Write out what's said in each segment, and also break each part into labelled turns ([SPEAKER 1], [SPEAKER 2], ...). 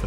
[SPEAKER 1] The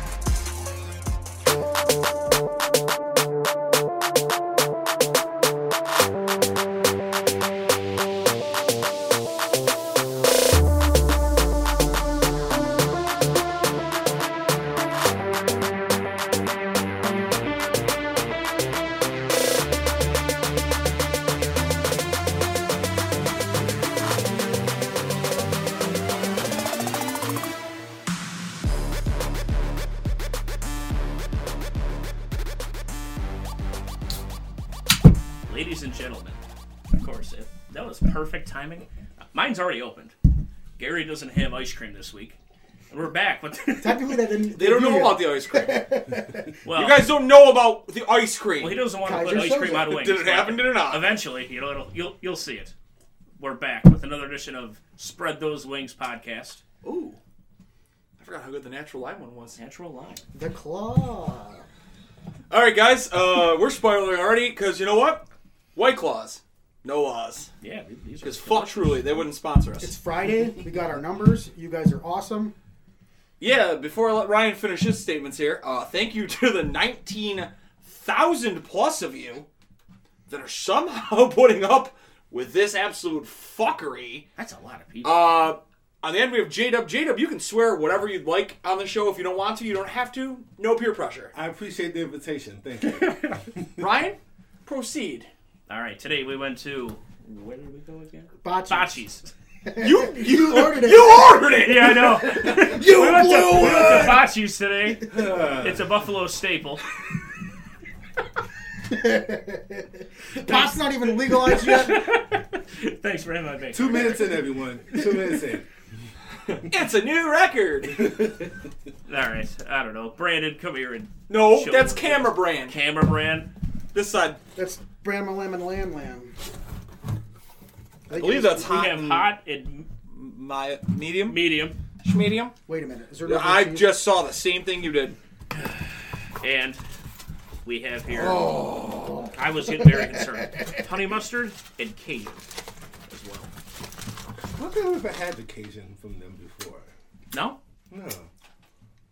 [SPEAKER 2] Ladies and gentlemen, of course, if that was perfect timing. Mine's already opened. Gary doesn't have ice cream this week. And we're back. But
[SPEAKER 3] Technically, that didn't.
[SPEAKER 4] They don't know about the ice cream.
[SPEAKER 2] well,
[SPEAKER 4] You guys don't know about the ice cream.
[SPEAKER 2] well, he doesn't want to
[SPEAKER 3] Kaiser
[SPEAKER 2] put ice cream
[SPEAKER 3] Soze.
[SPEAKER 2] out of wings.
[SPEAKER 4] Did it
[SPEAKER 2] but
[SPEAKER 4] happen? Did it not?
[SPEAKER 2] Eventually, you know, it'll, you'll you'll see it. We're back with another edition of Spread Those Wings podcast.
[SPEAKER 4] Ooh, I forgot how good the natural lime one was.
[SPEAKER 2] Natural lime.
[SPEAKER 3] The claw.
[SPEAKER 4] All right, guys, uh, we're spiraling already because you know what? White claws, no laws.
[SPEAKER 2] Yeah, th- these are
[SPEAKER 4] Because fuck, truly, they wouldn't sponsor us.
[SPEAKER 3] It's Friday. We got our numbers. You guys are awesome.
[SPEAKER 4] Yeah, before I let Ryan finish his statements here, uh, thank you to the 19,000 plus of you that are somehow putting up with this absolute fuckery.
[SPEAKER 2] That's a lot of people.
[SPEAKER 4] Uh, on the end, we have J Dub. J Dub, you can swear whatever you'd like on the show if you don't want to. You don't have to. No peer pressure.
[SPEAKER 5] I appreciate the invitation. Thank you.
[SPEAKER 4] Ryan, proceed.
[SPEAKER 2] All right, today we went to where did we go again?
[SPEAKER 3] Bocce.
[SPEAKER 2] Bocce's.
[SPEAKER 4] You you
[SPEAKER 3] ordered it.
[SPEAKER 4] You ordered it.
[SPEAKER 2] Yeah, I know.
[SPEAKER 4] You
[SPEAKER 2] We went to,
[SPEAKER 4] blew
[SPEAKER 2] we went
[SPEAKER 4] it.
[SPEAKER 2] to Bocce's today. It's a Buffalo staple.
[SPEAKER 3] Pot's not even legalized yet.
[SPEAKER 2] Thanks for having my baby.
[SPEAKER 5] Two minutes in, everyone. Two minutes in.
[SPEAKER 4] It's a new record.
[SPEAKER 2] All right, I don't know. Brandon, come here and
[SPEAKER 4] No,
[SPEAKER 2] Show
[SPEAKER 4] that's
[SPEAKER 2] them.
[SPEAKER 4] camera brand.
[SPEAKER 2] camera brand.
[SPEAKER 4] This side.
[SPEAKER 3] That's Bramma Lamb and Lamb Lamb.
[SPEAKER 4] I believe that's
[SPEAKER 2] We
[SPEAKER 4] hot.
[SPEAKER 2] have
[SPEAKER 4] and
[SPEAKER 2] hot and
[SPEAKER 4] My medium.
[SPEAKER 2] medium
[SPEAKER 4] Medium.
[SPEAKER 3] Wait a minute. Is there no
[SPEAKER 4] I
[SPEAKER 3] cheese?
[SPEAKER 4] just saw the same thing you did.
[SPEAKER 2] and we have here. I was getting very concerned. Honey mustard and Cajun as well.
[SPEAKER 5] What think I've ever had the Cajun from them before?
[SPEAKER 2] No,
[SPEAKER 5] No.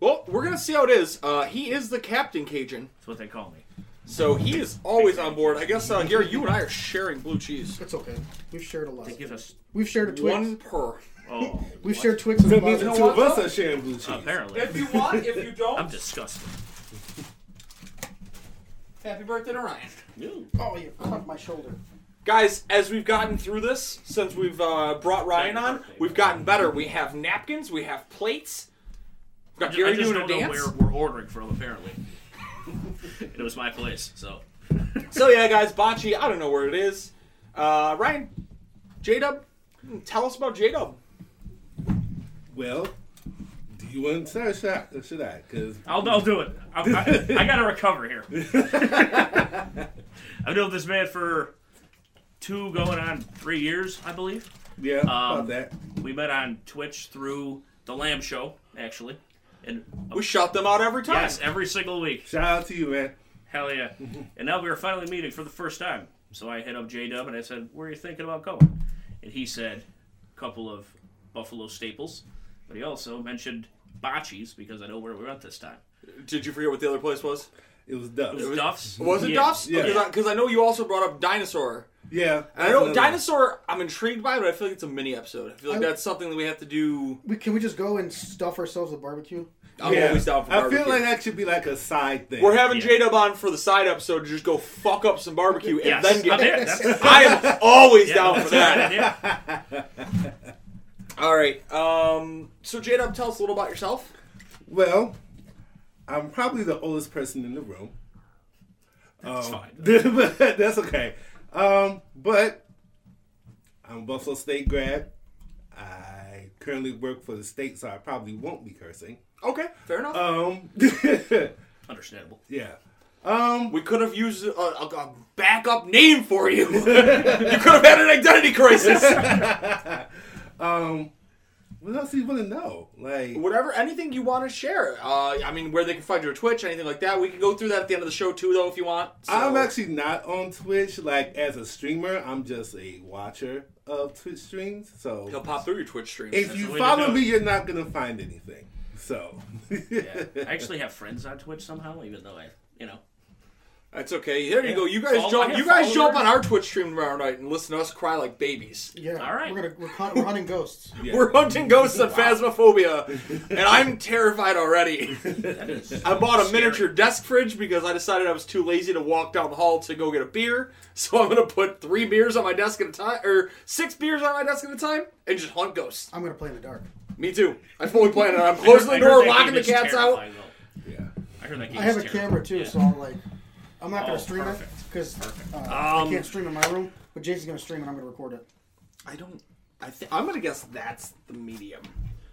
[SPEAKER 4] Well, we're gonna see how it is. Uh, he is the captain Cajun,
[SPEAKER 2] that's what they call me.
[SPEAKER 4] so he is always on board. I guess uh, Gary, you and I are sharing blue cheese.
[SPEAKER 3] It's okay. We've shared a lot.
[SPEAKER 2] They give us
[SPEAKER 3] We've shared a Twix.
[SPEAKER 4] One per.
[SPEAKER 2] oh,
[SPEAKER 3] We've shared Twix and
[SPEAKER 5] That means the
[SPEAKER 3] Bozzet's.
[SPEAKER 5] two of us are sharing blue cheese.
[SPEAKER 2] apparently.
[SPEAKER 4] If you want, if you don't,
[SPEAKER 2] I'm disgusted.
[SPEAKER 4] happy birthday to Ryan.
[SPEAKER 3] Oh, you caught my shoulder.
[SPEAKER 4] Guys, as we've gotten through this, since we've uh, brought Ryan on, we've gotten better. We have napkins, we have plates. We've got
[SPEAKER 2] I
[SPEAKER 4] Gary
[SPEAKER 2] just
[SPEAKER 4] doing
[SPEAKER 2] don't
[SPEAKER 4] a
[SPEAKER 2] know
[SPEAKER 4] dance.
[SPEAKER 2] where we're ordering from. Apparently, it was my place. So
[SPEAKER 4] So yeah, guys, Bocce, I don't know where it is. Uh, Ryan, J Dub, tell us about J Dub.
[SPEAKER 5] Well, do you want to start a shot or should I? Because
[SPEAKER 2] I'll, I'll do it. I, I, I got to recover here. I've known this man for two going on three years, I believe.
[SPEAKER 5] yeah,
[SPEAKER 2] Um,
[SPEAKER 5] about that.
[SPEAKER 2] We met on Twitch through the Lamb Show, actually. And oh,
[SPEAKER 4] We shut them out every time.
[SPEAKER 2] yes, every single week.
[SPEAKER 5] Shout out to you, man.
[SPEAKER 2] Hell yeah. And now we were finally meeting for the first time. So I hit up J Dub and I said, Where are you thinking about going? And he said, A couple of Buffalo staples. But he also mentioned Bocce's because I know where we went this time.
[SPEAKER 4] Did you forget what the other place was?
[SPEAKER 5] It was done.
[SPEAKER 2] It was Duff's.
[SPEAKER 4] Was it
[SPEAKER 2] Yeah.
[SPEAKER 4] Duff's?
[SPEAKER 5] Yeah.
[SPEAKER 4] Because I, know you also brought up Dinosaur.
[SPEAKER 5] yeah.
[SPEAKER 4] And I know
[SPEAKER 5] that's another-
[SPEAKER 4] Dinosaur, I'm intrigued by, but I feel like it's a mini episode. I feel like
[SPEAKER 3] I-
[SPEAKER 4] that's something that we have to do.
[SPEAKER 3] We, can we just go and stuff ourselves with barbecue?
[SPEAKER 4] I'm
[SPEAKER 5] Yeah.
[SPEAKER 4] always down for
[SPEAKER 5] I feel
[SPEAKER 4] barbecue.
[SPEAKER 5] like that should be like a side thing.
[SPEAKER 4] We're having
[SPEAKER 2] Yeah.
[SPEAKER 4] J Dub on for the side episode to just go fuck up some barbecue and
[SPEAKER 2] Yes.
[SPEAKER 4] then
[SPEAKER 2] I'm
[SPEAKER 4] get.
[SPEAKER 2] there. That's-
[SPEAKER 4] I am always down
[SPEAKER 2] yeah,
[SPEAKER 4] for
[SPEAKER 2] that's a good
[SPEAKER 4] that.
[SPEAKER 2] idea.
[SPEAKER 4] All right. Um, so J Dub, tell us a little about yourself.
[SPEAKER 5] well, I'm probably the oldest person in the room.
[SPEAKER 2] It's fine.
[SPEAKER 5] But That's okay. Um, but I'm a Buffalo State grad. I currently work for the state, so I probably won't be cursing.
[SPEAKER 4] Okay, fair enough.
[SPEAKER 5] Um,
[SPEAKER 2] Understandable.
[SPEAKER 5] yeah.
[SPEAKER 4] we could have used a, a, a backup name for you. you could have had an identity crisis.
[SPEAKER 5] What else do you want to know? Like,
[SPEAKER 4] whatever anything you want to share uh i mean where they can find your twitch anything like that we can go through that at the end of the show too though if you want So-
[SPEAKER 5] I'm actually not on Twitch. Like, as a streamer, I'm just a watcher of Twitch streams.
[SPEAKER 4] he'll
[SPEAKER 5] So,
[SPEAKER 4] pop through your twitch stream
[SPEAKER 5] if
[SPEAKER 2] the
[SPEAKER 5] you
[SPEAKER 2] way to
[SPEAKER 5] follow
[SPEAKER 2] do
[SPEAKER 5] me,
[SPEAKER 2] it.
[SPEAKER 5] you're not going to find anything. So,
[SPEAKER 2] I actually have friends on Twitch somehow, even though I, you know,
[SPEAKER 4] that's okay there you go you guys
[SPEAKER 2] Follow- I
[SPEAKER 4] jump
[SPEAKER 2] have
[SPEAKER 4] you guys jump
[SPEAKER 2] followers.
[SPEAKER 4] on our twitch stream tomorrow night and listen to us cry like babies
[SPEAKER 3] Yeah.
[SPEAKER 2] All right.
[SPEAKER 3] We're, gonna, we're, hunt, we're hunting ghosts.
[SPEAKER 4] we're hunting ghosts and phasmophobia and i'm terrified already
[SPEAKER 2] that is
[SPEAKER 4] I bought a
[SPEAKER 2] scary.
[SPEAKER 4] miniature desk fridge because I decided I was too lazy to walk down the hall to go get a beer. So I'm gonna put three beers on my desk at a time, or six beers on my desk at a time, and just hunt ghosts.
[SPEAKER 3] I'm gonna play in the dark.
[SPEAKER 4] Me too. I fully plan it. I'm closing
[SPEAKER 2] I
[SPEAKER 4] the
[SPEAKER 2] heard
[SPEAKER 4] door,
[SPEAKER 2] that
[SPEAKER 4] locking
[SPEAKER 2] game
[SPEAKER 4] the
[SPEAKER 2] is
[SPEAKER 4] cats out.
[SPEAKER 2] terrifying, though.
[SPEAKER 5] yeah.
[SPEAKER 2] I heard that game
[SPEAKER 3] I have
[SPEAKER 2] is
[SPEAKER 3] a
[SPEAKER 2] terrifying.
[SPEAKER 3] camera too,
[SPEAKER 2] Yeah.
[SPEAKER 3] so I'm like, I'm not
[SPEAKER 2] Oh,
[SPEAKER 3] gonna stream it
[SPEAKER 2] perfect.
[SPEAKER 3] because uh, I
[SPEAKER 4] Um,
[SPEAKER 3] can't stream in my room. But Jason's gonna stream and I'm gonna record it.
[SPEAKER 4] I don't. I th- I'm gonna guess that's the medium.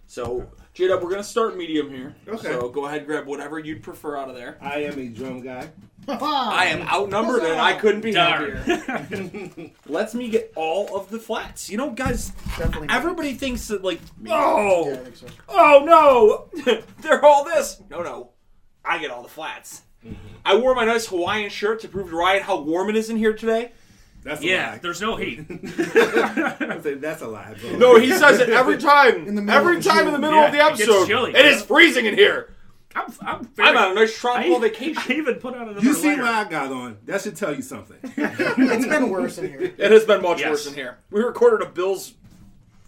[SPEAKER 4] So J Dub, we're gonna start medium here.
[SPEAKER 5] Okay.
[SPEAKER 4] So go ahead, grab whatever you'd prefer out of there.
[SPEAKER 5] I am a drum guy.
[SPEAKER 4] I am outnumbered and I couldn't be happier.
[SPEAKER 2] Darn.
[SPEAKER 4] lets me get all of the flats. You know, guys,
[SPEAKER 3] Definitely not.
[SPEAKER 4] everybody thinks that like,
[SPEAKER 3] Yeah, I
[SPEAKER 4] oh,
[SPEAKER 3] think so.
[SPEAKER 4] oh no, they're all this. No, no, I get all the flats.
[SPEAKER 3] Mm-hmm.
[SPEAKER 4] I wore my nice Hawaiian shirt to prove to Ryan how warm it is in here today.
[SPEAKER 5] That's a
[SPEAKER 2] yeah,
[SPEAKER 5] lie.
[SPEAKER 2] there's no heat.
[SPEAKER 5] I said, That's a lie. Bro.
[SPEAKER 4] No, he says it every time.
[SPEAKER 3] In the middle
[SPEAKER 4] every
[SPEAKER 3] of the
[SPEAKER 4] time
[SPEAKER 3] show.
[SPEAKER 4] in the middle of the
[SPEAKER 2] Yeah, it gets
[SPEAKER 4] episode,
[SPEAKER 2] chilly.
[SPEAKER 4] it is freezing in here.
[SPEAKER 2] I'm, I'm, very,
[SPEAKER 4] I'm on a nice
[SPEAKER 2] I-
[SPEAKER 4] tropical vacation.
[SPEAKER 2] I even put on another
[SPEAKER 5] You see
[SPEAKER 2] layer.
[SPEAKER 5] what I got on? That should tell you something.
[SPEAKER 3] it's been worse in here.
[SPEAKER 4] It has been much
[SPEAKER 2] Yes.
[SPEAKER 4] worse in here. We recorded a Bills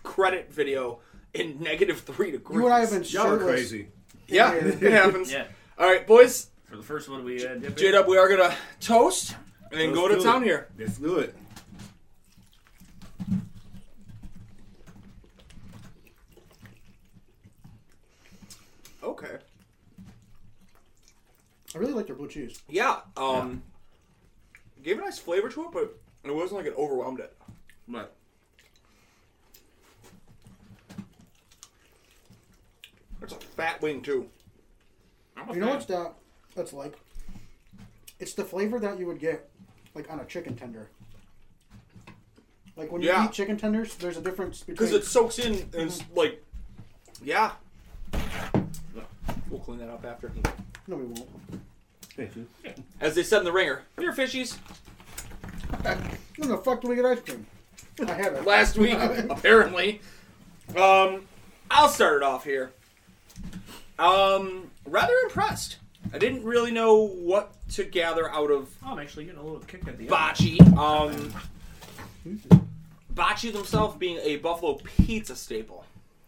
[SPEAKER 4] credit video in negative three degrees.
[SPEAKER 3] You and I have been
[SPEAKER 5] Y'all are
[SPEAKER 3] shirtless.
[SPEAKER 5] crazy.
[SPEAKER 4] Yeah, it happens.
[SPEAKER 2] Yeah.
[SPEAKER 4] All right, boys.
[SPEAKER 2] For the first one, we uh, dip
[SPEAKER 4] J
[SPEAKER 2] in.
[SPEAKER 4] Dub, we are gonna toast and then
[SPEAKER 5] Let's
[SPEAKER 4] go to
[SPEAKER 5] do
[SPEAKER 4] town
[SPEAKER 5] it.
[SPEAKER 4] here.
[SPEAKER 5] Let's do it.
[SPEAKER 4] Okay.
[SPEAKER 3] I really like their blue cheese.
[SPEAKER 4] Yeah. Um, gave a nice flavor to it, but it wasn't like it overwhelmed it.
[SPEAKER 2] But
[SPEAKER 4] It's a fat wing too.
[SPEAKER 2] I'm a
[SPEAKER 3] You know
[SPEAKER 2] fan.
[SPEAKER 3] what's that? That's like, it's the flavor that you would get, like on a chicken tender. Like when you
[SPEAKER 4] Yeah.
[SPEAKER 3] eat chicken tenders, there's a difference
[SPEAKER 4] Because
[SPEAKER 3] between.
[SPEAKER 4] it soaks in and it's like, yeah. We'll clean that up after.
[SPEAKER 3] no, we won't.
[SPEAKER 5] Thank you.
[SPEAKER 4] As they said in the ringer, come here, fishies.
[SPEAKER 3] When the fuck do we get ice cream? I had it.
[SPEAKER 4] Last week, apparently. Um, I'll start it off here. Um, rather impressed. I didn't really know what to gather out of
[SPEAKER 2] Oh, I'm actually getting a little kick at the end.
[SPEAKER 4] Bocce. Um, Bocce themselves being a Buffalo pizza staple.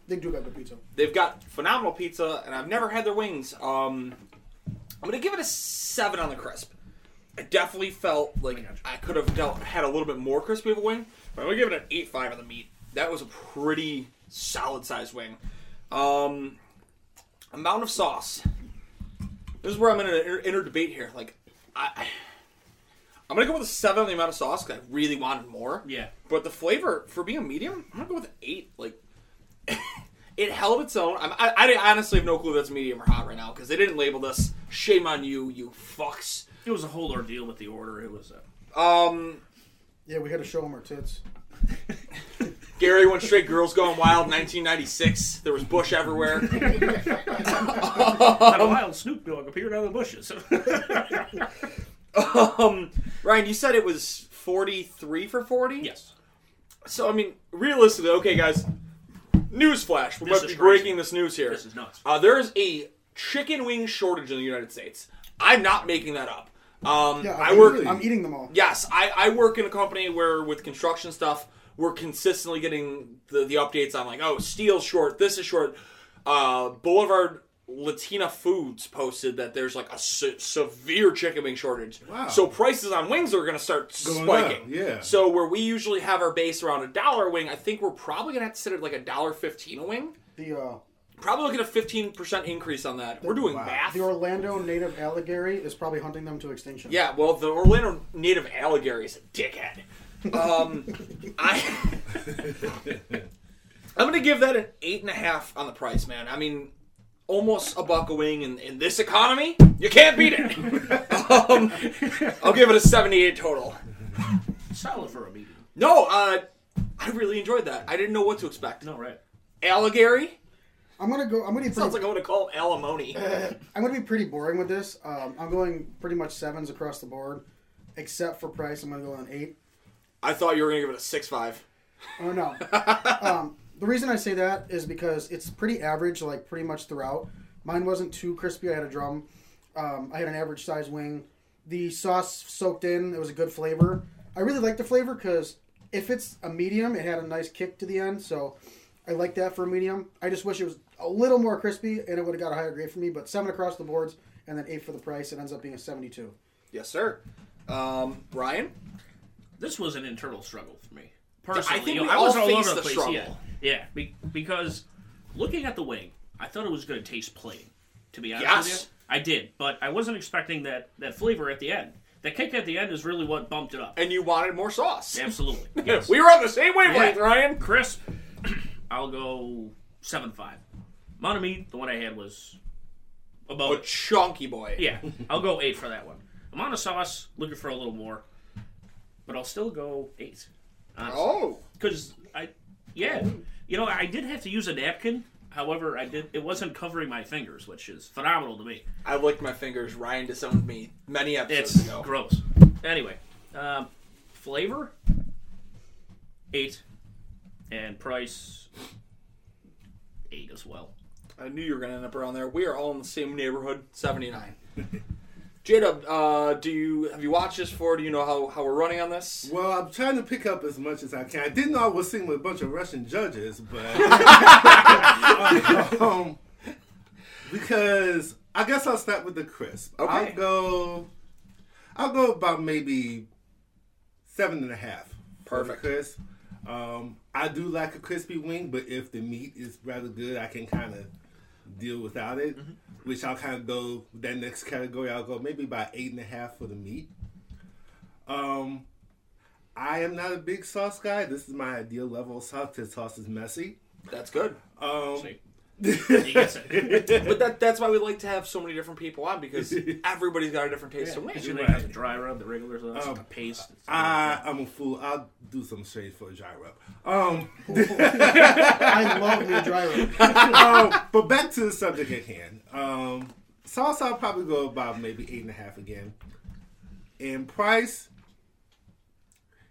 [SPEAKER 3] They do got good pizza.
[SPEAKER 4] They've got phenomenal pizza, and I've never had their wings. Um, I'm gonna give it a seven on the crisp. I definitely felt like I could have dealt, had a little bit more crispy of a wing, but I'm gonna give it an eight five on the meat. That was a pretty solid sized wing. Um, amount of sauce. This is where I'm in an inner, inner debate here. Like, I, I'm gonna go with a seven on the amount of sauce because I really wanted more.
[SPEAKER 2] Yeah.
[SPEAKER 4] But the flavor for being medium, I'm gonna go with an eight. Like, it held its own. I'm, I, I honestly have no clue if that's medium or hot right now because they didn't label this. Shame on you, you fucks.
[SPEAKER 2] It was a whole ordeal with the order. It was. Uh,
[SPEAKER 4] Um,
[SPEAKER 3] Yeah, we had to show them our tits.
[SPEAKER 4] Gary went straight girls going wild. 1996. There was bush everywhere.
[SPEAKER 2] not a wild Snoop Dogg appeared out of the bushes.
[SPEAKER 4] Um, Ryan, you said it was 43 for 40.
[SPEAKER 2] yes.
[SPEAKER 4] So I mean, realistically, okay, guys. Newsflash: We
[SPEAKER 2] This
[SPEAKER 4] must
[SPEAKER 2] is
[SPEAKER 4] be breaking
[SPEAKER 2] crazy.
[SPEAKER 4] this news here.
[SPEAKER 2] This is nuts.
[SPEAKER 4] Uh, there is a chicken wing shortage in the United States. I'm not making that up. Um,
[SPEAKER 3] Yeah,
[SPEAKER 4] I
[SPEAKER 3] I'm
[SPEAKER 4] work.
[SPEAKER 3] eating- I'm eating them all.
[SPEAKER 4] Yes, I, I work in a company where with construction stuff, we're consistently getting the, the updates on like, oh, steel's short, this is short. Uh, Boulevard Latina Foods posted that there's like a se- severe chicken wing shortage.
[SPEAKER 5] Wow.
[SPEAKER 4] So prices on wings are going to start
[SPEAKER 5] Going
[SPEAKER 4] spiking.
[SPEAKER 5] up, yeah.
[SPEAKER 4] So where we usually have our base around a dollar a wing, I think we're probably going to have to sit at like a dollar fifteen a wing.
[SPEAKER 3] The uh,
[SPEAKER 4] Probably looking at a fifteen percent increase on that. We're doing math.
[SPEAKER 3] the Orlando native Alleghary is probably hunting them to extinction.
[SPEAKER 4] Yeah, well, the Orlando native Alleghary is a dickhead. Um, I, I'm going to give that an eight and a half on the price, man. I mean, almost a buck a wing in, in this economy. You can't beat it. um, I'll give it a 78 total.
[SPEAKER 2] Solid for a medium.
[SPEAKER 4] No, uh, I really enjoyed that. I didn't know what to expect.
[SPEAKER 2] No, right.
[SPEAKER 4] Allegary?
[SPEAKER 3] I'm gonna go. I'm gonna be pretty,
[SPEAKER 4] Sounds like I'm going to call him alimony.
[SPEAKER 3] I'm gonna be pretty boring with this. Um, I'm going pretty much sevens across the board, except for price. I'm gonna go on eight.
[SPEAKER 4] I thought you were going to give it a six five.
[SPEAKER 3] Oh no. um, the reason I say that is because it's pretty average, like pretty much throughout. Mine wasn't too crispy. I had a drum. Um, I had an average size wing. The sauce soaked in. It was a good flavor. I really like the flavor because if it's a medium, it had a nice kick to the end. So I like that for a medium. I just wish it was a little more crispy and it would have got a higher grade for me. But seven across the boards and then eight for the price. It ends up being a 72.
[SPEAKER 4] Yes, sir. Um, Brian?
[SPEAKER 2] this was an internal struggle for me personally.
[SPEAKER 4] think
[SPEAKER 2] you know,
[SPEAKER 4] we
[SPEAKER 2] I
[SPEAKER 4] all
[SPEAKER 2] was all
[SPEAKER 4] faced
[SPEAKER 2] over the,
[SPEAKER 4] the
[SPEAKER 2] place.
[SPEAKER 4] struggle.
[SPEAKER 2] Yeah, yeah. Be- because looking at the wing, I thought it was going to taste plain. To be honest
[SPEAKER 4] Yes.
[SPEAKER 2] with you, I did, but I wasn't expecting that that flavor at the end. That kick at the end is really what bumped it up.
[SPEAKER 4] And you wanted more sauce.
[SPEAKER 2] Absolutely, yes.
[SPEAKER 4] We were on the same wavelength,
[SPEAKER 2] Yeah.
[SPEAKER 4] Ryan.
[SPEAKER 2] crisp. I'll go seven five. Amount of meat, the one I had was above.
[SPEAKER 4] A chunky boy.
[SPEAKER 2] Yeah, I'll go eight for that one. I'm on a sauce, looking for a little more, but I'll still go eight.
[SPEAKER 4] Oh.
[SPEAKER 2] because I, yeah, you know, I did have to use a napkin. However, I did. It wasn't covering my fingers, which is phenomenal to me.
[SPEAKER 4] I licked my fingers. Ryan disowned me many episodes
[SPEAKER 2] It's
[SPEAKER 4] ago.
[SPEAKER 2] gross. Anyway, um, flavor eight, and price eight as well.
[SPEAKER 4] I knew you were going to end up around there. We are all in the same neighborhood, 79. Jada, uh, do you have you watched this before? Do you know how, how we're running on this?
[SPEAKER 5] Well, I'm trying to pick up as much as I can. I didn't know I was sitting with a bunch of Russian judges, but um, because I guess I'll start with the crisp.
[SPEAKER 4] Okay.
[SPEAKER 5] I'll go. I'll go about maybe seven and a half. for the
[SPEAKER 4] Perfect.
[SPEAKER 5] Crisp. Um, I do like a crispy wing, but if the meat is rather good, I can kind of deal without it. Which I'll kind of go that next category. I'll go maybe about eight and a half for the meat. Um, I am not a big sauce guy. This is my ideal level of sauce. This sauce is messy.
[SPEAKER 4] That's good.
[SPEAKER 5] Um,
[SPEAKER 2] See, he gets it.
[SPEAKER 4] But that that's why we like to have so many different people on because everybody's got a different taste of wings.
[SPEAKER 2] You
[SPEAKER 5] Right.
[SPEAKER 2] make the dry rub, the regular sauce,
[SPEAKER 5] Um, uh,
[SPEAKER 2] the paste. it's-
[SPEAKER 5] I, I'm a fool. I'll do some shade for a gyro. Um,
[SPEAKER 3] I love me a dry rub.
[SPEAKER 5] um, but back to the subject at hand. Um, sauce, I'll probably go about maybe eight and a half again. And price,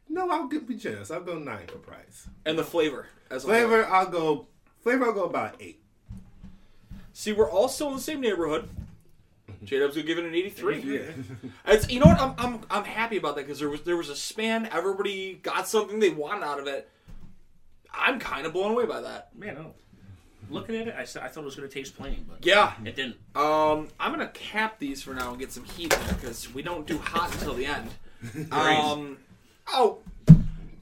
[SPEAKER 5] no, I'll get be generous. I'll go nine for price.
[SPEAKER 4] And the flavor as a whole.
[SPEAKER 5] Flavor, I'll go. Flavor, I'll go about eight.
[SPEAKER 4] See, we're all still in the same neighborhood. J Dub's gonna give it an eighty-three.
[SPEAKER 5] Yeah.
[SPEAKER 4] It's, you know what? I'm, I'm, I'm happy about that because there was there was a span. Everybody got something they wanted out of it. I'm kind of blown away by that.
[SPEAKER 2] Man, I don't. Looking at it, I, s- I thought it was going to taste plain, but
[SPEAKER 4] Yeah.
[SPEAKER 2] it didn't.
[SPEAKER 4] Um, I'm gonna cap these for now and get some heat in there because we don't do hot until the end. Um, oh,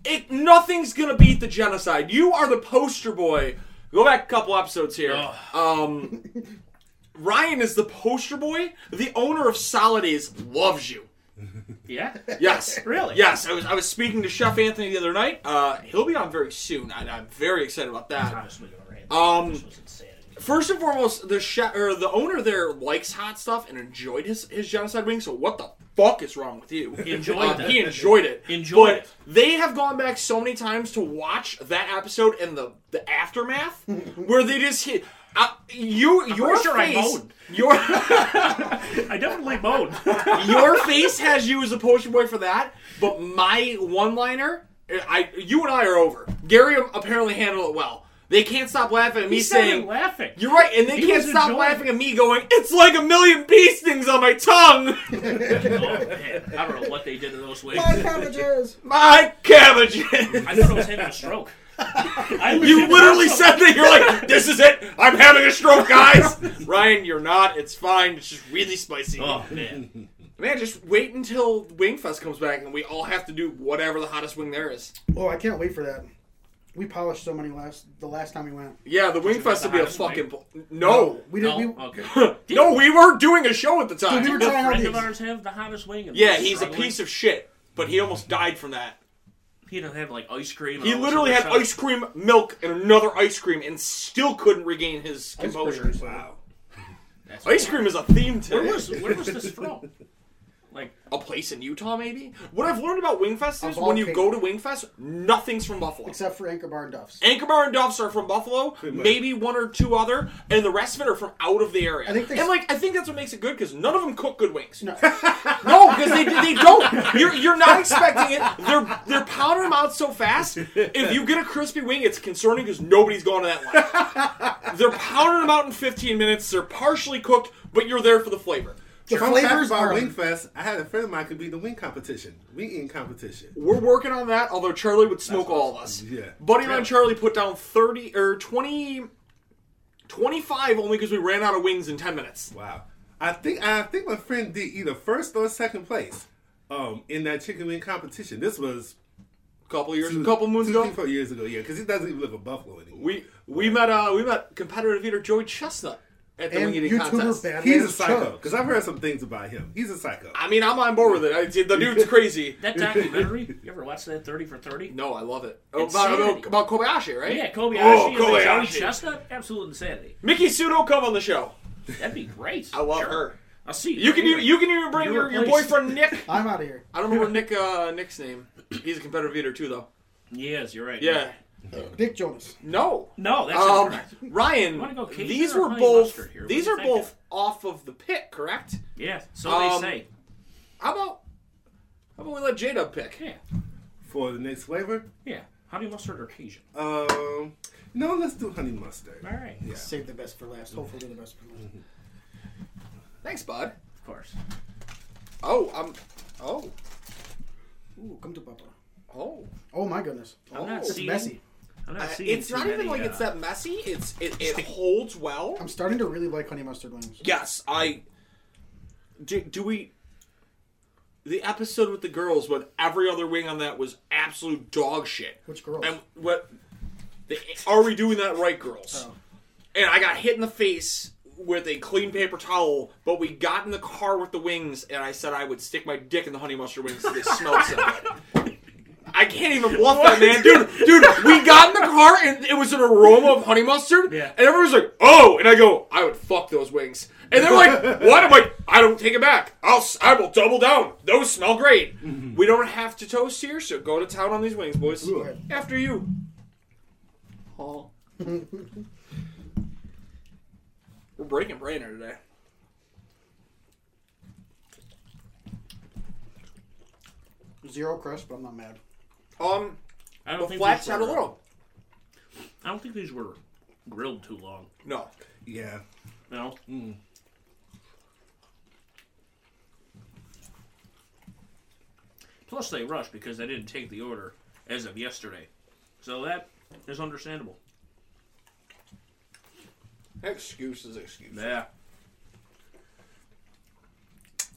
[SPEAKER 4] it nothing's gonna beat the genocide. You are the poster boy. Go back a couple episodes here. Um, Ryan is the poster boy. The owner of Solidays loves you.
[SPEAKER 2] Yeah.
[SPEAKER 4] Yes.
[SPEAKER 2] Really?
[SPEAKER 4] Yes. I was I was speaking to Chef Anthony the other night. Uh, he'll be on very soon. I, I'm very excited about that.
[SPEAKER 2] Honestly, all right.
[SPEAKER 4] Um,
[SPEAKER 2] This was insanity.
[SPEAKER 4] First and foremost, the chef or the owner there likes hot stuff and enjoyed his his genocide wing. So what the fuck is wrong with you? He
[SPEAKER 2] enjoyed that.
[SPEAKER 4] He enjoyed it.
[SPEAKER 2] Enjoyed
[SPEAKER 4] But
[SPEAKER 2] it.
[SPEAKER 4] They have gone back so many times to watch that episode and the the aftermath where they just hit. Uh, you your
[SPEAKER 2] pretty sure I
[SPEAKER 4] face
[SPEAKER 2] moaned.
[SPEAKER 4] your.
[SPEAKER 2] I definitely moaned.
[SPEAKER 4] Your face has you as a poster boy for that, but my one-liner, I, you and I are over. Gary apparently handled it well. They can't stop laughing at me
[SPEAKER 2] He started
[SPEAKER 4] saying,
[SPEAKER 2] laughing.
[SPEAKER 4] "You're right," and they
[SPEAKER 2] He
[SPEAKER 4] can't
[SPEAKER 2] was
[SPEAKER 4] stop
[SPEAKER 2] enjoying
[SPEAKER 4] laughing at me going, "It's like a million bee stings on my tongue."
[SPEAKER 2] Oh, man. I don't know what they did to those wings.
[SPEAKER 3] My cabbages.
[SPEAKER 4] my cabbages.
[SPEAKER 2] I thought I was having a stroke. I
[SPEAKER 4] You
[SPEAKER 2] legit-
[SPEAKER 4] literally said that. You're like, "This is it. I'm having a stroke, guys." Ryan, you're not. It's fine. It's just really spicy.
[SPEAKER 2] Oh man,
[SPEAKER 4] Man, just wait until Wingfest comes back, and we all have to do whatever the hottest wing there is.
[SPEAKER 3] Oh, I can't wait for that. We polished so many last the last time we went.
[SPEAKER 4] Yeah, the Wing
[SPEAKER 2] you like
[SPEAKER 4] Fest
[SPEAKER 2] the
[SPEAKER 4] would be a
[SPEAKER 2] hottest
[SPEAKER 4] fucking
[SPEAKER 2] wing?
[SPEAKER 4] bl- no.
[SPEAKER 3] We
[SPEAKER 2] no,
[SPEAKER 3] did. We,
[SPEAKER 2] Oh, okay.
[SPEAKER 4] No, we were doing a show at the time.
[SPEAKER 3] we were
[SPEAKER 2] A
[SPEAKER 3] trying out
[SPEAKER 2] friend
[SPEAKER 3] these.
[SPEAKER 2] of ours have the hottest wing. and
[SPEAKER 4] yeah,
[SPEAKER 2] we're
[SPEAKER 4] he's a
[SPEAKER 2] struggling.
[SPEAKER 4] piece of shit, but he almost died from that.
[SPEAKER 2] He didn't have like ice cream.
[SPEAKER 3] Oh,
[SPEAKER 4] He literally had ice cream, milk, and another ice cream, and still couldn't regain his composure.
[SPEAKER 3] cream.
[SPEAKER 4] Wow. Ice cream is a theme
[SPEAKER 2] Where
[SPEAKER 4] today.
[SPEAKER 2] was where was this from? Like
[SPEAKER 4] a place in Utah, maybe. What I've learned about Wingfest is
[SPEAKER 3] Of all
[SPEAKER 4] when you
[SPEAKER 3] things.
[SPEAKER 4] go to Wingfest, nothing's from Buffalo.
[SPEAKER 3] except for Anchor Bar and Duff's.
[SPEAKER 4] Anchor Bar and Duff's are from Buffalo,
[SPEAKER 5] much.
[SPEAKER 4] maybe one or two other, and the rest of it are from out of the area.
[SPEAKER 3] I think they-
[SPEAKER 4] and like I think that's what makes it good because none of them cook good wings.
[SPEAKER 3] No.
[SPEAKER 4] No, because they, they don't. You're, you're not expecting it. They're they're pounding them out so fast. If you get a crispy wing, it's concerning because nobody's going to that line. They're pounding them out in 15 minutes. They're partially cooked, but you're there for the flavor.
[SPEAKER 3] The
[SPEAKER 5] Fun fact
[SPEAKER 3] flavors
[SPEAKER 5] about
[SPEAKER 3] are
[SPEAKER 5] Wingfest. I had a friend of mine could be the wing competition, wing eating competition.
[SPEAKER 4] We're working on that. Although Charlie would smoke all of us.
[SPEAKER 5] Yeah.
[SPEAKER 4] buddy of mine Charlie put down 30 or 20, 25 only because we ran out of wings in 10 minutes.
[SPEAKER 5] Wow. I think I think my friend did either first or second place um, in that chicken wing competition. This was
[SPEAKER 4] A couple years,
[SPEAKER 5] two-
[SPEAKER 4] a couple moons
[SPEAKER 5] two,
[SPEAKER 4] ago.
[SPEAKER 5] three, four years ago. Yeah, because he doesn't even live in Buffalo anymore.
[SPEAKER 4] We we met uh we met competitive eater Joey Chestnut at the
[SPEAKER 3] And
[SPEAKER 4] wing eating
[SPEAKER 3] YouTuber
[SPEAKER 4] contest.
[SPEAKER 3] Badlands
[SPEAKER 5] He's a psycho.
[SPEAKER 3] Chuck.
[SPEAKER 5] Because I've heard some things about him. He's a psycho.
[SPEAKER 4] I mean, I'm on board with it. I, the dude's crazy.
[SPEAKER 2] That documentary, you ever watched that 30 for 30?
[SPEAKER 4] No, I love it. Oh, about,
[SPEAKER 2] Insanity.
[SPEAKER 4] about, about Kobayashi, right?
[SPEAKER 2] Yeah, Kobayashi
[SPEAKER 4] Oh,
[SPEAKER 2] and then Joey
[SPEAKER 4] Kobayashi.
[SPEAKER 2] Chestnut? Absolute insanity.
[SPEAKER 4] Mickey Sudo, come on the show.
[SPEAKER 2] That'd be great.
[SPEAKER 4] I love
[SPEAKER 2] Sure.
[SPEAKER 4] her.
[SPEAKER 2] I'll see you.
[SPEAKER 4] You can
[SPEAKER 2] later.
[SPEAKER 4] even, you can even bring your,
[SPEAKER 2] You're
[SPEAKER 4] your
[SPEAKER 2] replaced.
[SPEAKER 4] boyfriend Nick.
[SPEAKER 3] I'm out of here.
[SPEAKER 4] I don't remember Nick uh, Nick's name. He's a competitive eater too, though.
[SPEAKER 2] Yes, you're right.
[SPEAKER 4] Yeah.
[SPEAKER 3] Dick Jonas.
[SPEAKER 4] No.
[SPEAKER 2] No, that's
[SPEAKER 4] Um,
[SPEAKER 2] incorrect.
[SPEAKER 4] Ryan,
[SPEAKER 2] wanna go Cajun
[SPEAKER 4] these
[SPEAKER 2] or
[SPEAKER 4] were
[SPEAKER 2] honey
[SPEAKER 4] both
[SPEAKER 2] mustard here? What
[SPEAKER 4] these
[SPEAKER 2] do
[SPEAKER 4] are
[SPEAKER 2] you think?
[SPEAKER 4] both off of the pit, correct?
[SPEAKER 2] Yeah, so
[SPEAKER 4] Um,
[SPEAKER 2] they say.
[SPEAKER 4] How about how about we let J Dub pick?
[SPEAKER 2] Yeah,
[SPEAKER 5] For the next flavor,
[SPEAKER 2] yeah. Honey mustard or Cajun?
[SPEAKER 4] Uh,
[SPEAKER 5] um, no, let's do honey mustard.
[SPEAKER 2] All right,
[SPEAKER 5] Yeah.
[SPEAKER 3] Save the best for last. Hopefully, the best for last.
[SPEAKER 4] Thanks, bud.
[SPEAKER 2] of course.
[SPEAKER 4] Oh, I'm. Oh,
[SPEAKER 3] Ooh, come to Papa.
[SPEAKER 4] oh.
[SPEAKER 3] Oh my goodness.
[SPEAKER 2] I'm not
[SPEAKER 4] it's
[SPEAKER 3] It's
[SPEAKER 2] seeing.
[SPEAKER 3] messy.
[SPEAKER 2] I'm
[SPEAKER 4] Uh,
[SPEAKER 2] not seeing.
[SPEAKER 4] it's
[SPEAKER 2] too
[SPEAKER 4] not even
[SPEAKER 2] many,
[SPEAKER 4] like
[SPEAKER 2] uh,
[SPEAKER 4] it's that messy. It's it, it holds well.
[SPEAKER 3] I'm starting to really like honey mustard wings.
[SPEAKER 4] Yes, I. Do, do we? The episode with the girls, when every other wing on that was absolute dog shit.
[SPEAKER 3] Which girls?
[SPEAKER 4] And what? The, are we doing that right, girls?
[SPEAKER 3] Oh.
[SPEAKER 4] And I got hit in the face with a clean paper towel, but we got in the car with the wings, and I said I would stick my dick in the honey mustard wings because they smelled so good. I can't even bluff that man, dude. Dude, we got in the car and it was an aroma of honey mustard,
[SPEAKER 2] Yeah.
[SPEAKER 4] and everyone's like, "Oh!" And I go, "I would fuck those wings." And they're like, "What?" I'm like, "I don't take it back. I'll s- I will double down. Those smell great. We don't have to toast here, so go to town on these wings, boys.
[SPEAKER 5] Sure.
[SPEAKER 4] After you." Paul. We're breaking brainer today.
[SPEAKER 3] Zero crust, but I'm not mad.
[SPEAKER 4] Um,
[SPEAKER 2] I don't
[SPEAKER 4] the
[SPEAKER 2] think
[SPEAKER 4] flats
[SPEAKER 2] these were-
[SPEAKER 4] had a little.
[SPEAKER 2] I don't think these were grilled too long.
[SPEAKER 4] No,
[SPEAKER 5] Yeah.
[SPEAKER 2] No.
[SPEAKER 4] Hmm.
[SPEAKER 2] Plus, they rushed because they didn't take the order as of yesterday, so that is understandable.
[SPEAKER 4] excuse is excuse.
[SPEAKER 2] Yeah.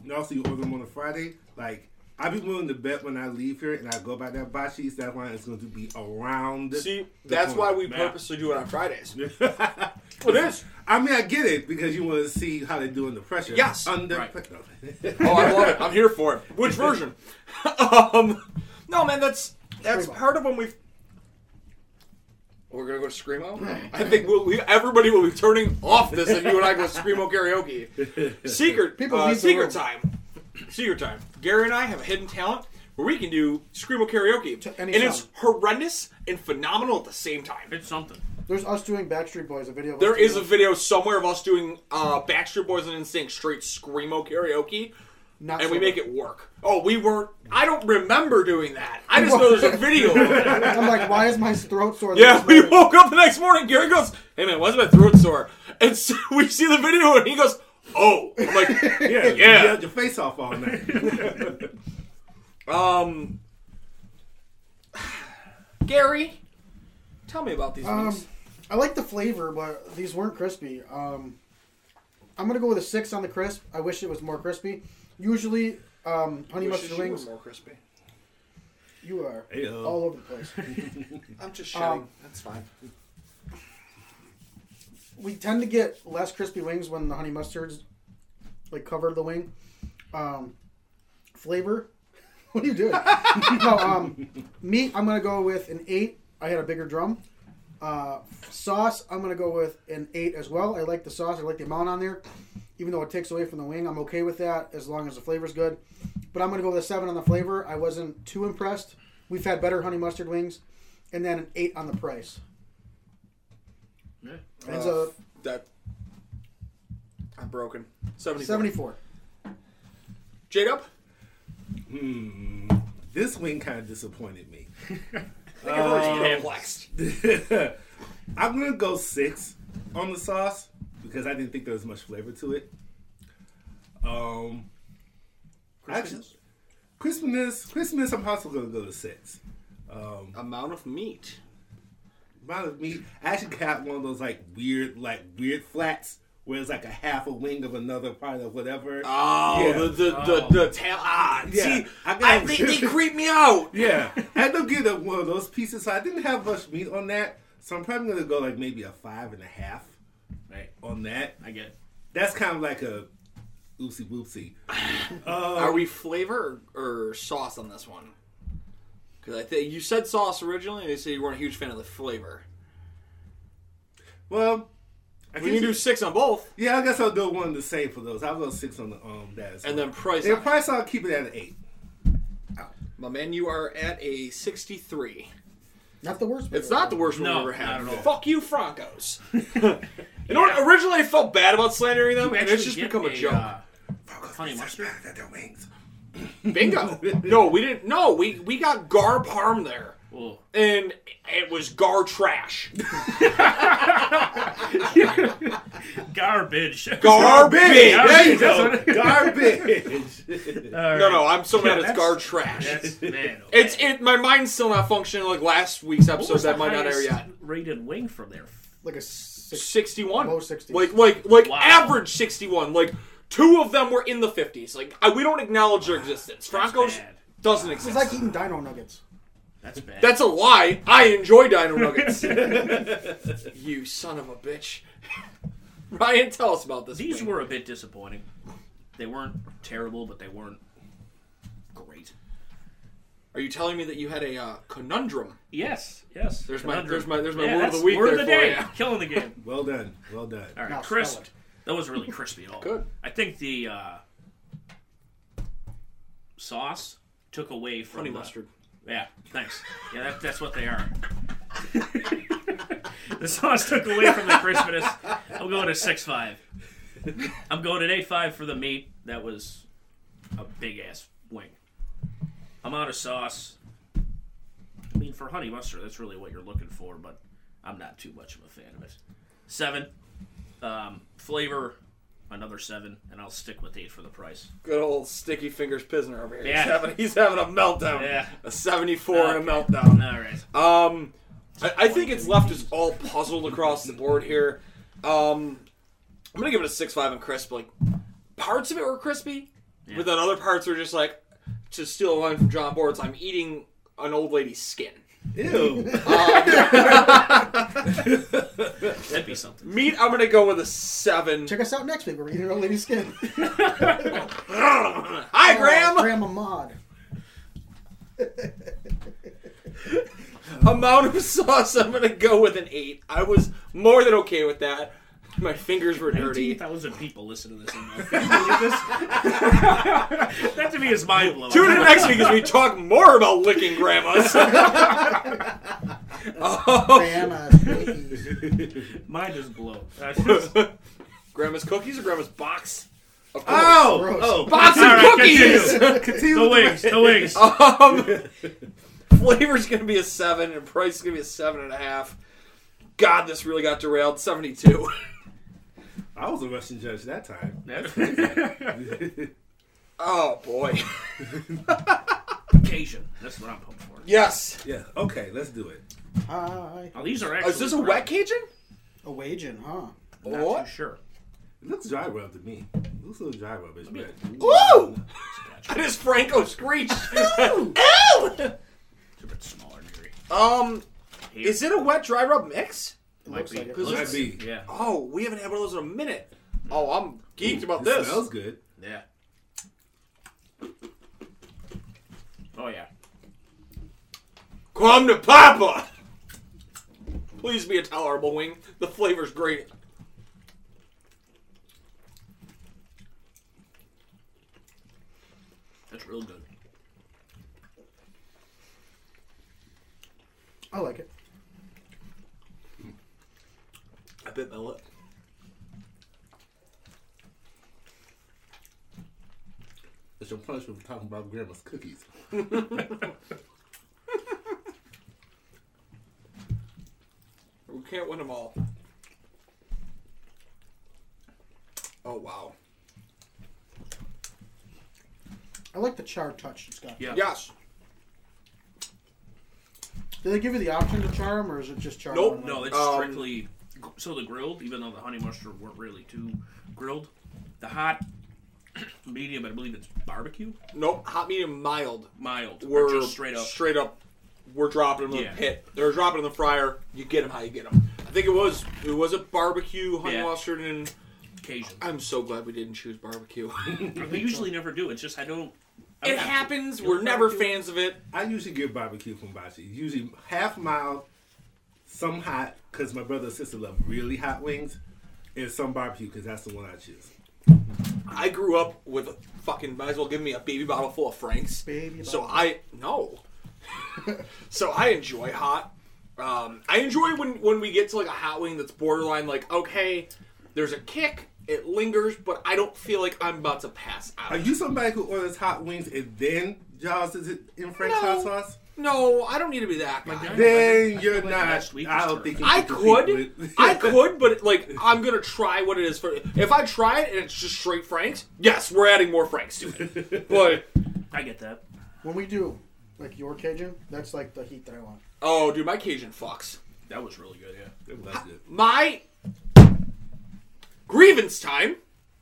[SPEAKER 5] And also, you order them on a Friday. Like, i be willing to bet when I leave here and I go by that bocce's, that line is going to be around.
[SPEAKER 4] See,
[SPEAKER 5] the
[SPEAKER 4] that's why
[SPEAKER 5] corner.
[SPEAKER 4] we
[SPEAKER 2] Yeah.
[SPEAKER 4] purposely do it on Fridays. it is.
[SPEAKER 5] I mean, I get it because you want to see how they're doing the pressure.
[SPEAKER 4] Yes.
[SPEAKER 5] Under.
[SPEAKER 2] Right.
[SPEAKER 4] Oh, I love it. I'm here for it. Which version? um, no, man, that's that's
[SPEAKER 3] Screamo.
[SPEAKER 4] part of when we. We're gonna go to screamo. I think we'll, we everybody will be turning off this, and you and I go to screamo karaoke. Secret
[SPEAKER 3] People
[SPEAKER 4] uh,
[SPEAKER 3] leave the
[SPEAKER 4] secret
[SPEAKER 3] room.
[SPEAKER 4] time. Secret time. Gary and I have a hidden talent where we can do screamo karaoke,
[SPEAKER 3] To
[SPEAKER 4] and
[SPEAKER 3] any
[SPEAKER 4] it's
[SPEAKER 3] song.
[SPEAKER 4] horrendous and phenomenal at the same time.
[SPEAKER 2] It's something.
[SPEAKER 3] There's us doing Backstreet Boys, a video. Of
[SPEAKER 4] There
[SPEAKER 3] us doing
[SPEAKER 4] is a
[SPEAKER 3] it.
[SPEAKER 4] video somewhere of us doing uh, Backstreet Boys and Instinct straight screamo karaoke,
[SPEAKER 3] Not
[SPEAKER 4] and we
[SPEAKER 3] sober.
[SPEAKER 4] make it work. Oh, we weren't. I don't remember doing that. I just know there's a video. of it.
[SPEAKER 3] I'm like, why is my throat sore?
[SPEAKER 4] Yeah,
[SPEAKER 3] this
[SPEAKER 4] we
[SPEAKER 3] morning?
[SPEAKER 4] woke up the next morning. Gary goes, "Hey man, why's my throat sore?" And so we see the video, and he goes, "Oh." I'm like,
[SPEAKER 5] yeah. You
[SPEAKER 4] Yeah.
[SPEAKER 5] yelled your face off all night.
[SPEAKER 4] um, Gary, tell me about these
[SPEAKER 3] Um,
[SPEAKER 4] wings.
[SPEAKER 3] I like the flavor, but these weren't crispy. Um, I'm gonna go with a six on the crisp. I wish it was more crispy. Usually, um, honey
[SPEAKER 4] Wishes
[SPEAKER 3] mustard
[SPEAKER 4] you were
[SPEAKER 3] wings.
[SPEAKER 4] more crispy.
[SPEAKER 3] You are
[SPEAKER 5] Ayo.
[SPEAKER 3] all over the place.
[SPEAKER 4] I'm just shouting.
[SPEAKER 3] Um,
[SPEAKER 4] That's fine.
[SPEAKER 3] we tend to get less crispy wings when the honey mustards like cover the wing. Um, flavor. What are you doing? no, um, meat. I'm gonna go with an eight. I had a bigger drum. Uh, sauce. I'm gonna go with an eight as well. I like the sauce. I like the amount on there. even though it takes away from the wing, I'm okay with that as long as the flavor's good. But I'm gonna go with a seven on the flavor. I wasn't too impressed. We've had better honey mustard wings, and then an eight on the price.
[SPEAKER 2] Yeah.
[SPEAKER 4] Uh,
[SPEAKER 3] It's a
[SPEAKER 4] that I'm broken. 74.
[SPEAKER 3] seventy-four.
[SPEAKER 4] Jade up.
[SPEAKER 5] This wing kind of disappointed me. Um,
[SPEAKER 4] Perplexed.
[SPEAKER 5] I'm gonna go six on the sauce because I didn't think there was much flavor to it. Um,
[SPEAKER 4] Crispiness?
[SPEAKER 5] Christmas, Christmas. I'm also gonna go to six.
[SPEAKER 4] Amount of meat.
[SPEAKER 5] Amount of meat. I actually got one of those like weird, like weird flats where it's like a half a wing of another part of whatever.
[SPEAKER 4] Oh,
[SPEAKER 5] Yeah.
[SPEAKER 4] the, the, the, the tail. Ah,
[SPEAKER 5] Yeah.
[SPEAKER 4] see,
[SPEAKER 5] I
[SPEAKER 4] I
[SPEAKER 5] got-
[SPEAKER 4] think they creep me out.
[SPEAKER 5] Yeah, I had to get a, one of those pieces, so I didn't have much meat on that. So I'm probably gonna go like maybe a five and a half
[SPEAKER 2] Right.
[SPEAKER 5] on that.
[SPEAKER 2] I get it.
[SPEAKER 5] That's kind of like a oopsie whoopsie.
[SPEAKER 4] Are we flavor or, or sauce on this one? Because I think you said sauce originally, and you said you weren't a huge fan of the flavor.
[SPEAKER 5] Well, I
[SPEAKER 4] We can do six on both,
[SPEAKER 5] Yeah, I guess I'll do one the same for those. I'll go six on the um that. As
[SPEAKER 4] and
[SPEAKER 5] well.
[SPEAKER 4] then price.
[SPEAKER 5] Yeah,
[SPEAKER 4] on it.
[SPEAKER 5] price I'll keep it at an eight.
[SPEAKER 4] My man, you are at a 63.
[SPEAKER 3] Not the worst.
[SPEAKER 4] It's not the worst one
[SPEAKER 2] No,
[SPEAKER 4] we've ever had.
[SPEAKER 2] not at all.
[SPEAKER 4] Fuck you, Francos. you know what? Originally, I felt bad about slandering them,
[SPEAKER 2] You
[SPEAKER 4] and
[SPEAKER 2] actually
[SPEAKER 4] it's just
[SPEAKER 2] get
[SPEAKER 4] become a,
[SPEAKER 2] a,
[SPEAKER 4] joke.
[SPEAKER 2] uh, honey mustard?
[SPEAKER 5] That their wings.
[SPEAKER 4] Bingo. no, we didn't. No, we we got gar parm there,
[SPEAKER 2] Well,
[SPEAKER 4] and it was gar trash.
[SPEAKER 2] garbage.
[SPEAKER 4] Garbage.
[SPEAKER 5] There you
[SPEAKER 2] Garbage.
[SPEAKER 5] go. Garbage.
[SPEAKER 4] No, no, I'm so mad it's
[SPEAKER 2] that's-
[SPEAKER 4] gar trash.
[SPEAKER 2] That's man.
[SPEAKER 4] It's it. My mind's still not functioning like last week's episode. That might not air yet.
[SPEAKER 2] Rated wing from there.
[SPEAKER 3] like a six.
[SPEAKER 4] 61.
[SPEAKER 3] Low 60s.
[SPEAKER 4] Like like like
[SPEAKER 2] Wow.
[SPEAKER 4] average 61. Like two of them were in the 50s. Like I, we don't acknowledge their existence. Franco's
[SPEAKER 2] bad.
[SPEAKER 4] doesn't
[SPEAKER 3] It's
[SPEAKER 4] exist.
[SPEAKER 3] like eating Dino Nuggets.
[SPEAKER 2] That's bad.
[SPEAKER 4] That's a lie. I enjoy Dino Nuggets. you son of a bitch. Ryan, tell us about this.
[SPEAKER 2] These
[SPEAKER 4] thing.
[SPEAKER 2] were a bit disappointing. They weren't terrible, but they weren't great.
[SPEAKER 4] Are you telling me that you had a uh, conundrum?
[SPEAKER 2] Yes, yes.
[SPEAKER 4] There's my-
[SPEAKER 2] Conundrum.
[SPEAKER 4] there's my- there's my
[SPEAKER 2] Yeah,
[SPEAKER 4] word of
[SPEAKER 2] that's
[SPEAKER 4] the week
[SPEAKER 2] Word
[SPEAKER 4] there
[SPEAKER 2] of the
[SPEAKER 4] for
[SPEAKER 2] day.
[SPEAKER 4] ya.
[SPEAKER 2] Killing the game.
[SPEAKER 5] well done. Well done.
[SPEAKER 2] All right,
[SPEAKER 3] Now
[SPEAKER 2] crisp.
[SPEAKER 3] spell it.
[SPEAKER 2] That wasn't really crispy at all.
[SPEAKER 4] Good.
[SPEAKER 2] I think the uh, sauce took away from
[SPEAKER 4] Honey
[SPEAKER 2] the-
[SPEAKER 4] mustard.
[SPEAKER 2] Yeah, thanks. Yeah, that, that's what they are. the sauce took away from the crispness. I'm going to six five. I'm going at eight five for the meat. That was a big ass wing. I'm out of sauce. I mean, for honey mustard, that's really what you're looking for, but I'm not too much of a fan of it. Seven. Um, flavor, another seven, and I'll stick with eight for the price.
[SPEAKER 4] Good old sticky fingers Pisner over here.
[SPEAKER 2] Yeah.
[SPEAKER 4] He's, having, he's having a meltdown.
[SPEAKER 2] Yeah.
[SPEAKER 4] A 74 and a
[SPEAKER 2] Okay.
[SPEAKER 4] meltdown.
[SPEAKER 2] All right.
[SPEAKER 4] Um, I, I think it's left us all puzzled across the board here. Um, I'm gonna give it a six five and crisp. Like parts of it were crispy, but then other parts were just like to steal a line from John Boards. I'm eating an old lady's skin.
[SPEAKER 5] Ew.
[SPEAKER 2] That'd be something.
[SPEAKER 4] Meat. I'm gonna go with a seven.
[SPEAKER 3] Check us out next week. We're eating an old lady's skin.
[SPEAKER 4] Hi, Graham.
[SPEAKER 3] Grandma Mod.
[SPEAKER 4] Amount of sauce. I'm gonna go with an eight. I was more than okay with that. My fingers were dirty.
[SPEAKER 2] 19,000 people listen to this. in there. Can you believe this? that to me is mind blowing.
[SPEAKER 4] Tune in next week as we talk more about licking grandmas.
[SPEAKER 2] Oh.
[SPEAKER 3] Grandma's babies.
[SPEAKER 2] Mind is blown. That's just- All
[SPEAKER 4] grandma's cookies or grandma's box? Of course.
[SPEAKER 5] oh.
[SPEAKER 3] Gross.
[SPEAKER 5] Oh.
[SPEAKER 4] box of
[SPEAKER 2] right,
[SPEAKER 4] cookies.
[SPEAKER 2] continue.
[SPEAKER 5] Continue
[SPEAKER 2] The
[SPEAKER 5] with
[SPEAKER 2] wings, the wings.
[SPEAKER 4] Oh. Um, flavor's gonna be a seven, and price is gonna be a seven and a half. God, this really got derailed. Seventy-two.
[SPEAKER 5] I was a Russian judge that time.
[SPEAKER 4] Oh boy.
[SPEAKER 2] Cajun. That's what I'm pumped for.
[SPEAKER 4] Yes.
[SPEAKER 5] Yeah. Okay. Let's do it.
[SPEAKER 3] Hi.
[SPEAKER 2] Now, these are
[SPEAKER 4] Oh,
[SPEAKER 2] actually.
[SPEAKER 4] is this a wet Cajun?
[SPEAKER 3] A waging, huh?
[SPEAKER 2] I'm Not
[SPEAKER 4] What?
[SPEAKER 2] too sure.
[SPEAKER 5] It looks dry rub to me. It looks a little dry rubbish, but
[SPEAKER 4] Ooh! That is Franco screech. Ew!
[SPEAKER 2] It's a bit smaller degree.
[SPEAKER 4] Um,
[SPEAKER 2] Here.
[SPEAKER 4] is it a wet dry rub mix?
[SPEAKER 3] It
[SPEAKER 2] Might
[SPEAKER 3] looks
[SPEAKER 2] be.
[SPEAKER 3] like it.
[SPEAKER 4] Cause
[SPEAKER 5] might
[SPEAKER 4] it's-
[SPEAKER 5] be.
[SPEAKER 2] Yeah.
[SPEAKER 4] Oh, we haven't had one of those in a minute. Oh, I'm geeked about
[SPEAKER 5] It
[SPEAKER 4] this.
[SPEAKER 5] smells good.
[SPEAKER 2] Yeah. Oh, yeah.
[SPEAKER 4] Come to Papa. Please be a tolerable wing. The flavor's great.
[SPEAKER 2] That's real good.
[SPEAKER 3] I like it.
[SPEAKER 4] I bit my lip.
[SPEAKER 5] It's your punishment for talking about grandma's cookies.
[SPEAKER 4] We can't win them all. Oh wow.
[SPEAKER 3] I like the char touch it's got.
[SPEAKER 2] Yeah.
[SPEAKER 4] Yes.
[SPEAKER 3] Do they give you the option to char 'em, or is it just char?
[SPEAKER 4] Nope,
[SPEAKER 3] one
[SPEAKER 2] No,
[SPEAKER 3] way?
[SPEAKER 2] it's
[SPEAKER 4] Um,
[SPEAKER 2] strictly so the grilled, even though the honey mustard weren't really too grilled. The hot, medium, I believe it's barbecue,
[SPEAKER 4] Nope. Hot medium mild.
[SPEAKER 2] mild, or
[SPEAKER 4] We're
[SPEAKER 2] just straight up.
[SPEAKER 4] Straight up. We're dropping them in
[SPEAKER 2] Yeah.
[SPEAKER 4] the pit. They're dropping in the fryer. You get them how you get them. I think it was it was a barbecue honey
[SPEAKER 2] Yeah.
[SPEAKER 4] mustard and
[SPEAKER 2] Cajun.
[SPEAKER 4] I'm so glad we didn't choose barbecue.
[SPEAKER 2] We usually never do. It's just I don't. I'm
[SPEAKER 4] it
[SPEAKER 2] not-
[SPEAKER 4] happens. We're never fans of it.
[SPEAKER 5] I usually get barbecue from Bachi. Usually half mild, some hot, because my brother and sister love really hot wings, and some barbecue, because that's the one I choose.
[SPEAKER 4] I grew up with a fucking might as well give me a baby bottle full of Franks.
[SPEAKER 3] Baby
[SPEAKER 4] so
[SPEAKER 3] bottle.
[SPEAKER 4] I no. so I enjoy hot. Um, I enjoy when when we get to like a hot wing that's borderline like okay, there's a kick, it lingers, but I don't feel like I'm about to pass out.
[SPEAKER 5] Are you somebody who orders hot wings and then Jaws is it in French hot
[SPEAKER 4] No.
[SPEAKER 5] sauce?
[SPEAKER 4] no, I don't need to be that guy.
[SPEAKER 2] God.
[SPEAKER 5] Then
[SPEAKER 2] I feel
[SPEAKER 5] you're
[SPEAKER 2] like
[SPEAKER 5] not.
[SPEAKER 2] last week
[SPEAKER 5] I
[SPEAKER 2] was
[SPEAKER 5] don't think you
[SPEAKER 4] I
[SPEAKER 5] can
[SPEAKER 4] could,
[SPEAKER 5] compete with-
[SPEAKER 4] I could, but like I'm gonna try what it is for. If I try it and it's just straight Franks, yes, we're adding more Franks to it. But
[SPEAKER 2] I get that.
[SPEAKER 3] when we do like your Cajun, that's like the heat that I want.
[SPEAKER 4] oh, dude, my Cajun fucks.
[SPEAKER 2] That was really good. Yeah.
[SPEAKER 5] It was good.
[SPEAKER 4] my grievance time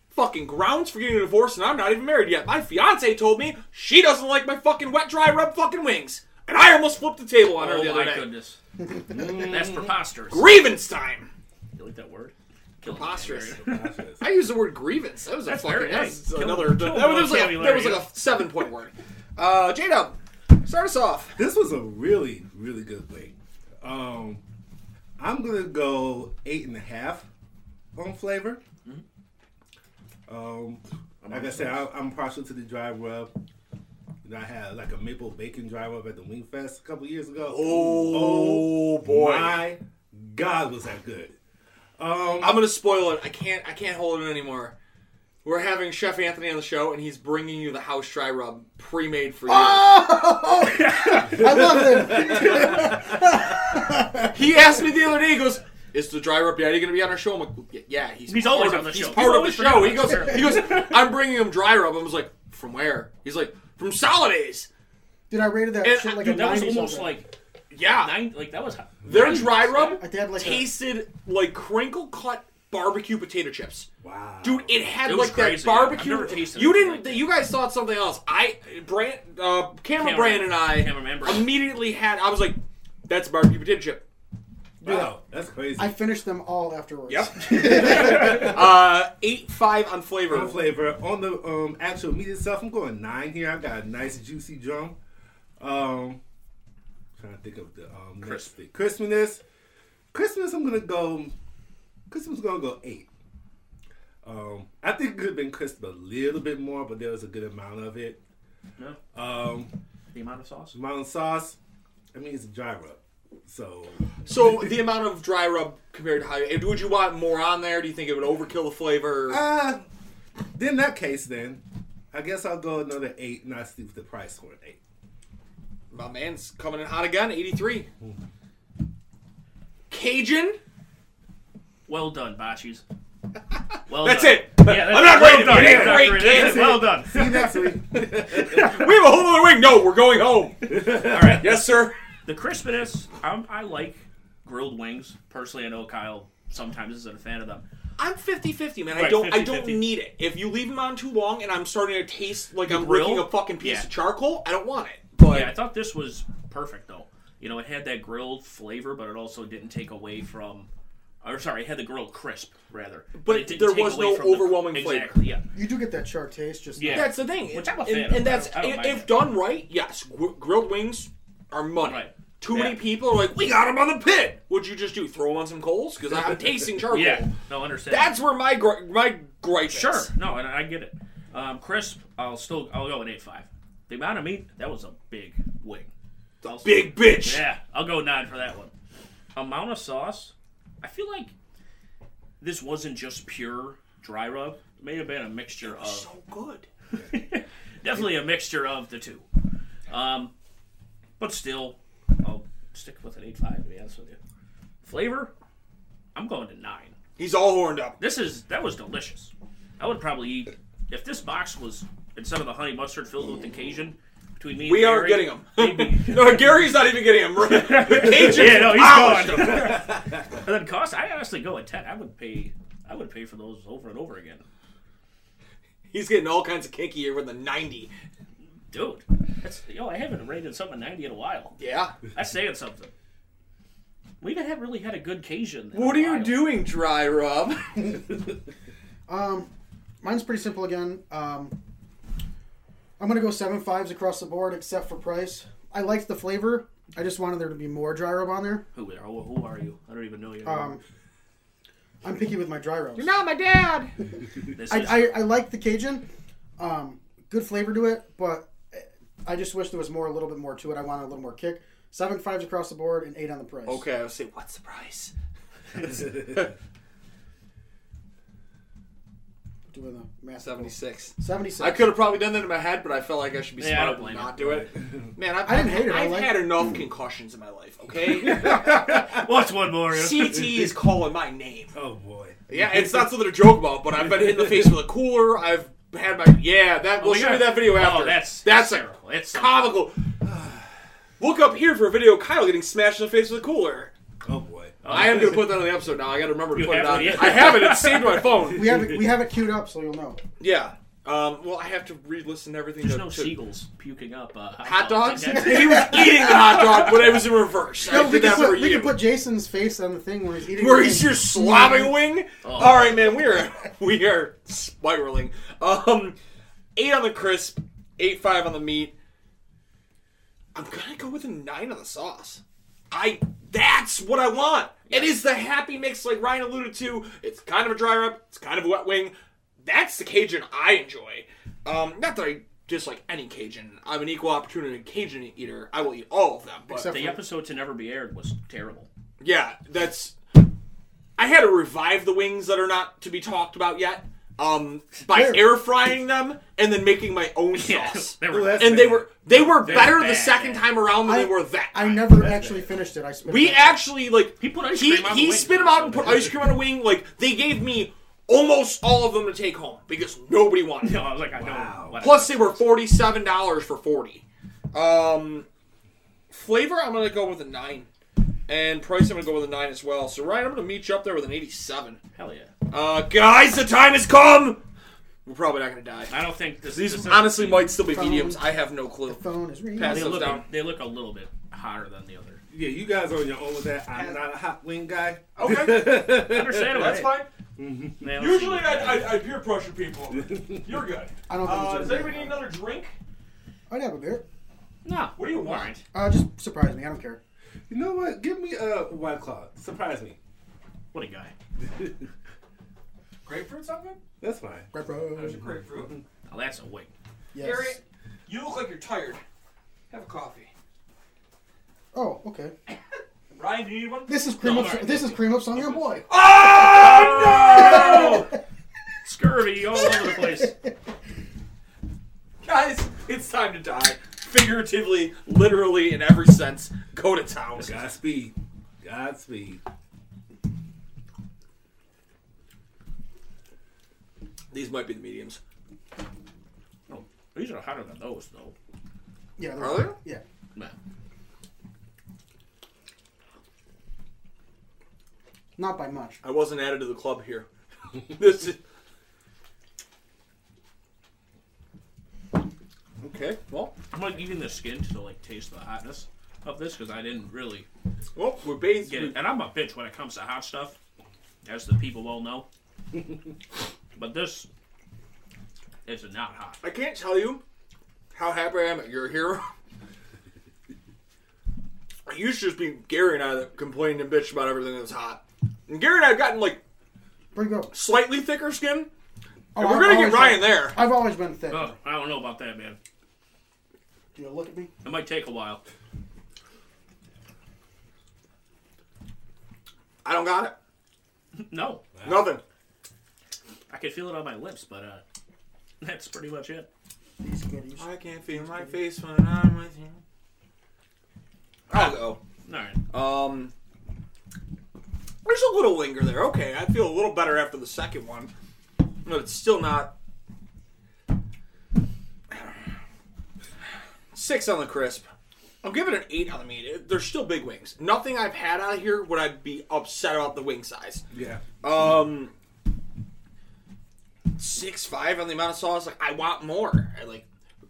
[SPEAKER 4] fucking grounds for getting a divorce and I'm not even married yet. My fiance told me she doesn't like my fucking wet dry rub fucking wings. And I almost flipped the table on her the
[SPEAKER 2] Oh
[SPEAKER 4] other
[SPEAKER 2] my
[SPEAKER 4] day.
[SPEAKER 2] goodness. That's preposterous.
[SPEAKER 4] Grievance time.
[SPEAKER 2] You like that word? Killing it,
[SPEAKER 4] Preposterous.
[SPEAKER 2] Andrew.
[SPEAKER 5] Preposterous.
[SPEAKER 4] I used the word grievance. That was a
[SPEAKER 2] That's
[SPEAKER 4] fucking
[SPEAKER 2] very-
[SPEAKER 4] that was
[SPEAKER 2] hey, kill-
[SPEAKER 4] another
[SPEAKER 2] kill
[SPEAKER 4] that, was,
[SPEAKER 2] the
[SPEAKER 4] like a, that was like
[SPEAKER 2] vocabulary.
[SPEAKER 4] a seven point word. Uh J Dub, start us off.
[SPEAKER 5] This was a really, really good wing. Um, I'm gonna go eight and a half on flavor. Um, like I said, I, I'm partial to the dry rub. And I had like a maple bacon dry rub at the Wing Fest a couple years ago.
[SPEAKER 4] Oh, boy.
[SPEAKER 5] My God, was that good? Um,
[SPEAKER 4] I'm gonna spoil it. I can't. I can't hold it anymore. We're having Chef Anthony on the show, and he's bringing you the house dry rub pre-made for you.
[SPEAKER 3] Ah! I love it.
[SPEAKER 4] He asked me the other day. He goes, "Is the dry rub daddy gonna be on our show?" I'm like, "Yeah, "Yeah, he's
[SPEAKER 2] He's
[SPEAKER 4] part
[SPEAKER 2] always
[SPEAKER 4] of,
[SPEAKER 2] on the
[SPEAKER 4] he's
[SPEAKER 2] show.
[SPEAKER 4] part
[SPEAKER 2] You
[SPEAKER 4] of the
[SPEAKER 2] always
[SPEAKER 4] show." He
[SPEAKER 2] forget
[SPEAKER 4] goes,
[SPEAKER 2] about
[SPEAKER 4] "He goes, I'm bringing him dry rub." I was like, "From where?" He's like, "From Solidays."
[SPEAKER 3] Dude, I rated that
[SPEAKER 4] And
[SPEAKER 3] shit
[SPEAKER 4] I-
[SPEAKER 3] like a
[SPEAKER 2] Dude, that was
[SPEAKER 3] 90
[SPEAKER 2] almost
[SPEAKER 3] something.
[SPEAKER 2] like
[SPEAKER 4] Yeah,
[SPEAKER 2] nine. Like that was.
[SPEAKER 4] their dry rub
[SPEAKER 3] I did have like a-
[SPEAKER 4] tasted like crinkle cut barbecue potato chips.
[SPEAKER 5] wow,
[SPEAKER 4] Dude, it had
[SPEAKER 2] It was
[SPEAKER 4] like that
[SPEAKER 2] crazy.
[SPEAKER 4] barbecue.
[SPEAKER 2] I've never tasted
[SPEAKER 4] you
[SPEAKER 2] anything
[SPEAKER 4] didn't.
[SPEAKER 2] like that.
[SPEAKER 4] you guys thought something else. I Brand, uh, camera
[SPEAKER 2] Camera-
[SPEAKER 4] Brand and I
[SPEAKER 2] Cameraman Brand.
[SPEAKER 4] immediately had. I was like, "That's barbecue potato chip."
[SPEAKER 5] wow, that's crazy.
[SPEAKER 3] I finished them all afterwards.
[SPEAKER 4] uh, eight five on flavor.
[SPEAKER 5] on flavor. On the um, actual meat itself, I'm going nine here. I've got a nice juicy drum. Um, trying to think of the um, next thing. Crispiness. Christmas, I'm gonna go. Christmas gonna go eight. Um, I think it could have been crisp a little bit more, but there was a good amount of it.
[SPEAKER 2] No.
[SPEAKER 5] Um,
[SPEAKER 2] The amount of sauce.
[SPEAKER 5] mountain sauce. I mean, it's a dry rub, so
[SPEAKER 4] So the amount of dry rub compared to how you, would you want more on there? Do you think it would overkill the flavor?
[SPEAKER 5] uh, in that case, then I guess I'll go another eight, and I sleep with the price for an eight.
[SPEAKER 4] My man's coming in hot again. Eighty three. Cajun.
[SPEAKER 2] Well done, Bachis. Well
[SPEAKER 4] That's
[SPEAKER 2] done.
[SPEAKER 4] it.
[SPEAKER 2] Yeah, that's
[SPEAKER 4] I'm not
[SPEAKER 2] well
[SPEAKER 4] rating
[SPEAKER 2] done.
[SPEAKER 4] it. It ain't
[SPEAKER 2] That's
[SPEAKER 4] great,
[SPEAKER 2] not rating it.
[SPEAKER 4] kid.
[SPEAKER 2] Well done.
[SPEAKER 5] See you next week.
[SPEAKER 4] We have a whole other wing. No, we're going home.
[SPEAKER 2] All right.
[SPEAKER 4] Yes, sir.
[SPEAKER 2] The crispiness, um, I like grilled wings. Personally, I know Kyle sometimes isn't a fan of them.
[SPEAKER 4] I'm 50-50, man. I
[SPEAKER 2] Right,
[SPEAKER 4] don't I
[SPEAKER 2] 50-50.
[SPEAKER 4] don't need it. If you leave them on too long and I'm starting to taste like I'm
[SPEAKER 2] grill?
[SPEAKER 4] licking a fucking piece
[SPEAKER 2] Yeah.
[SPEAKER 4] of charcoal, I don't want it. But
[SPEAKER 2] Yeah, I thought this was perfect though. You know, it had that grilled flavor, but it also didn't take away from. Or sorry, it had the grilled crisp rather. But, it didn't
[SPEAKER 4] there
[SPEAKER 2] take
[SPEAKER 4] was
[SPEAKER 2] away
[SPEAKER 4] no
[SPEAKER 2] from the-
[SPEAKER 4] overwhelming
[SPEAKER 2] Exactly. Yeah.
[SPEAKER 3] You do get that char taste, just
[SPEAKER 2] Yeah.
[SPEAKER 4] that's the thing.
[SPEAKER 2] Which I'm a
[SPEAKER 4] and,
[SPEAKER 2] fan of.
[SPEAKER 4] and that's
[SPEAKER 2] I don't- I don't mind
[SPEAKER 4] if
[SPEAKER 2] it.
[SPEAKER 4] done right, yes, gr- grilled wings are money.
[SPEAKER 2] Right.
[SPEAKER 4] Too
[SPEAKER 2] Yeah.
[SPEAKER 4] many people are like, we got them on the pit. What'd you just do? Throw 'em on some coals? Because I'm tasting charcoal.
[SPEAKER 2] Yeah. No, understand.
[SPEAKER 4] That's where my gri- my gripe
[SPEAKER 2] sure.
[SPEAKER 4] is.
[SPEAKER 2] No, and I get it. Um, crisp, I'll still I'll go an eight five. The amount of meat that was a big wing. Also-
[SPEAKER 4] Big bitch.
[SPEAKER 2] Yeah, I'll go nine for that one. Amount of sauce. I feel like this wasn't just pure dry rub. It may have been a mixture of
[SPEAKER 4] So good.
[SPEAKER 2] definitely a mixture of the two. Um, but still, I'll stick with an 8.5 to be honest with you. Flavor, I'm going to 9.
[SPEAKER 4] He's all horned up.
[SPEAKER 2] This is, that was delicious. I would probably eat, if this box was, instead of the honey mustard filled with the Cajun, between me and
[SPEAKER 4] We aren't
[SPEAKER 2] Gary,
[SPEAKER 4] getting him.
[SPEAKER 2] they'd be-
[SPEAKER 4] No, Gary's not even getting him. The Cajuns
[SPEAKER 2] yeah, no,
[SPEAKER 4] polished
[SPEAKER 2] he's
[SPEAKER 4] him.
[SPEAKER 2] gone. and then cost, I honestly go at 10. I would pay, I would pay for those over and over again.
[SPEAKER 4] He's getting all kinds of kinky here with a 90.
[SPEAKER 2] Dude, that's, yo, I haven't rated something 90 in a while.
[SPEAKER 4] Yeah.
[SPEAKER 2] That's saying something. We haven't really had a good Cajun. in
[SPEAKER 4] What
[SPEAKER 2] a
[SPEAKER 4] are you
[SPEAKER 2] while.
[SPEAKER 4] doing, Dry Rub?
[SPEAKER 3] Um, mine's pretty simple again. Um, I'm gonna go seven fives across the board, except for price. I liked the flavor. I just wanted there to be more dry rub on there.
[SPEAKER 2] Who, are- who, who are you? I don't even know you.
[SPEAKER 3] Um, I'm picky with my dry rubs.
[SPEAKER 4] not my dad.
[SPEAKER 2] this is,
[SPEAKER 3] I, I, I like the Cajun. Um, good flavor to it, but I just wish there was more, a little bit more to it. I wanted a little more kick. Seven fives across the board and eight on the price.
[SPEAKER 4] Okay, I was say, what's the price?
[SPEAKER 3] Doing the math.
[SPEAKER 4] 76.
[SPEAKER 3] Seventy-six.
[SPEAKER 4] I could have probably done that in my head, but I felt like I should be
[SPEAKER 2] Yeah, I
[SPEAKER 4] smart
[SPEAKER 2] don't blame
[SPEAKER 4] and not
[SPEAKER 2] you.
[SPEAKER 4] do it. Man, I've,
[SPEAKER 3] I didn't hate it. I
[SPEAKER 4] I've
[SPEAKER 3] liked
[SPEAKER 4] had enough concussions in my life, okay?
[SPEAKER 2] what's one more?
[SPEAKER 4] CT is calling my name.
[SPEAKER 5] Oh boy.
[SPEAKER 4] Yeah, it's not something to joke about, but I've been hit in the face with a cooler. I've had my yeah. That we'll
[SPEAKER 2] my
[SPEAKER 4] show you
[SPEAKER 2] God.
[SPEAKER 4] that video
[SPEAKER 2] Oh,
[SPEAKER 4] after.
[SPEAKER 2] that's-
[SPEAKER 4] that's a
[SPEAKER 2] hysterical. It's something.
[SPEAKER 4] comical. Look up here for a video. of Kyle getting smashed in the face with a cooler.
[SPEAKER 5] Oh boy.
[SPEAKER 4] I am gonna put that on the episode now. I gotta remember to
[SPEAKER 2] You
[SPEAKER 4] put it
[SPEAKER 2] have
[SPEAKER 4] on.
[SPEAKER 2] it yet?
[SPEAKER 4] I have it. It's saved to my phone.
[SPEAKER 3] we have it. We have it queued up, so you'll know.
[SPEAKER 4] Yeah. Um, well, I have to re-listen to everything.
[SPEAKER 2] There's
[SPEAKER 4] to-
[SPEAKER 2] no
[SPEAKER 4] to-
[SPEAKER 2] seagulls puking up uh,
[SPEAKER 4] Hot dogs. he was
[SPEAKER 2] That's-
[SPEAKER 4] eating the hot dog, but it was in reverse. I
[SPEAKER 3] No, we
[SPEAKER 4] did
[SPEAKER 3] can,
[SPEAKER 4] that for
[SPEAKER 3] put, we
[SPEAKER 4] you.
[SPEAKER 3] can put Jason's face on the thing when he's eating.
[SPEAKER 4] Where
[SPEAKER 3] the
[SPEAKER 4] he's Oh.
[SPEAKER 3] thing.
[SPEAKER 4] your slobbing wing? All right, man, we are we are spiraling. Um, eight on the crisp, eight five on the meat. I'm gonna go with a nine on the sauce. I that's what I want. It is the happy mix, like Ryan alluded to. It's kind of a dry rub. It's kind of a wet wing. That's the Cajun I enjoy. Um, not that I dislike any Cajun. I'm an equal opportunity Cajun eater. I will eat all of them. But
[SPEAKER 3] Except
[SPEAKER 2] The
[SPEAKER 3] for-
[SPEAKER 2] episode to never be aired was terrible.
[SPEAKER 4] yeah, that's. I had to revive the wings that are not to be talked about yet um, by
[SPEAKER 3] Fair.
[SPEAKER 4] air frying them and then making my own sauce.
[SPEAKER 2] they were,
[SPEAKER 5] Well, that's
[SPEAKER 4] and they
[SPEAKER 5] bad.
[SPEAKER 4] were they were
[SPEAKER 2] They're
[SPEAKER 4] better the
[SPEAKER 2] bad,
[SPEAKER 4] second
[SPEAKER 2] yeah.
[SPEAKER 4] time around than
[SPEAKER 3] I-
[SPEAKER 4] they were that.
[SPEAKER 3] I
[SPEAKER 4] time.
[SPEAKER 3] never actually finished it. I spit.
[SPEAKER 4] We
[SPEAKER 3] it out.
[SPEAKER 4] actually like he
[SPEAKER 2] put ice
[SPEAKER 4] he,
[SPEAKER 2] cream on the
[SPEAKER 4] he
[SPEAKER 2] wing.
[SPEAKER 4] spit them out and put ice cream on a wing. Like they gave me almost all of them to take home because nobody wanted.
[SPEAKER 2] no,
[SPEAKER 4] Them.
[SPEAKER 2] I was like, I know. whatever.
[SPEAKER 4] Plus, they were forty seven dollars for forty. Um, flavor, I'm gonna go with a nine, and price, I'm gonna go with a nine as well. So Ryan, I'm gonna meet you up there with an eighty seven.
[SPEAKER 2] hell yeah.
[SPEAKER 4] Uh, guys, the time has come. We're probably not gonna die.
[SPEAKER 2] I don't think this.
[SPEAKER 4] These
[SPEAKER 2] this
[SPEAKER 4] honestly might still be mediums. I have no clue.
[SPEAKER 3] phone is ringing.
[SPEAKER 2] They
[SPEAKER 4] Pass.
[SPEAKER 2] look,
[SPEAKER 4] down.
[SPEAKER 2] they look a little bit hotter than the other.
[SPEAKER 5] Yeah, you guys are on your own with that. I'm not a hot wing guy.
[SPEAKER 4] Okay,
[SPEAKER 2] Understandable.
[SPEAKER 4] that's fine.
[SPEAKER 2] Man, let's see
[SPEAKER 4] Usually,
[SPEAKER 2] what
[SPEAKER 4] I,
[SPEAKER 2] happens.
[SPEAKER 4] I, I peer pressure people. You're good.
[SPEAKER 3] I don't think
[SPEAKER 4] Uh,
[SPEAKER 3] it's
[SPEAKER 4] does
[SPEAKER 3] over.
[SPEAKER 4] anybody need another drink?
[SPEAKER 3] I'd have a beer.
[SPEAKER 2] no.
[SPEAKER 4] What do you
[SPEAKER 2] all
[SPEAKER 4] want?
[SPEAKER 2] right.
[SPEAKER 3] Uh, just surprise me. I don't care.
[SPEAKER 5] You know what? Give me a white claw. Surprise me.
[SPEAKER 2] What a guy.
[SPEAKER 4] Grapefruit something?
[SPEAKER 5] That's fine.
[SPEAKER 3] Right,
[SPEAKER 4] There's a
[SPEAKER 3] bro.
[SPEAKER 4] grapefruit.
[SPEAKER 2] Now that's a wing.
[SPEAKER 3] Yes.
[SPEAKER 4] Gary, you look like you're tired. Have a coffee.
[SPEAKER 3] Oh, okay.
[SPEAKER 4] Ryan, do you need one?
[SPEAKER 3] This is cream.
[SPEAKER 2] No,
[SPEAKER 3] up,
[SPEAKER 2] alright.
[SPEAKER 3] This is cream up song. Your boy.
[SPEAKER 4] Ah, Oh no!
[SPEAKER 2] Scurvy all over the place.
[SPEAKER 4] Guys, it's time to die. Figuratively, literally, in every sense, go to town.
[SPEAKER 5] Godspeed. Godspeed.
[SPEAKER 4] These might be the mediums.
[SPEAKER 2] Oh, these are hotter than those, though.
[SPEAKER 3] Yeah. they're-
[SPEAKER 4] Are there?
[SPEAKER 3] Yeah.
[SPEAKER 2] Man.
[SPEAKER 3] Not by much.
[SPEAKER 4] I wasn't added to the club here. this is. Okay, well,
[SPEAKER 2] I'm like eating the skin to like taste the hotness of this because I didn't really
[SPEAKER 4] well, we're bathed.
[SPEAKER 2] get it. And I'm a bitch when it comes to hot stuff, as the people well know. but this is not hot.
[SPEAKER 4] I can't tell you how happy I am that you're here. I used to just be Gary and I that complained and bitched about everything that was hot. And Gary and I have gotten like
[SPEAKER 3] Pretty good.
[SPEAKER 4] slightly thicker skin.
[SPEAKER 3] Oh,
[SPEAKER 4] And we're
[SPEAKER 3] I've
[SPEAKER 4] gonna get
[SPEAKER 3] always
[SPEAKER 4] Ryan
[SPEAKER 3] been-
[SPEAKER 4] there.
[SPEAKER 3] I've always been thick.
[SPEAKER 2] Oh, I don't know about that, man.
[SPEAKER 3] You know, look at me.
[SPEAKER 2] It might take a while.
[SPEAKER 4] I don't got it.
[SPEAKER 2] No,
[SPEAKER 4] Nothing.
[SPEAKER 2] I can feel it on my lips, but uh, that's pretty much it.
[SPEAKER 3] These goodies.
[SPEAKER 4] I can't feel my face when I'm with you. I'll
[SPEAKER 2] All right.
[SPEAKER 4] go. Um, there's a little linger there. Okay, I feel a little better after the second one, but it's still not. Six on the crisp. I'm giving it an eight on the meat. It- They're still big wings. Nothing I've had out of here would I be upset about the wing size.
[SPEAKER 5] Yeah.
[SPEAKER 4] Um, six five on the amount of sauce. Like I want more. I like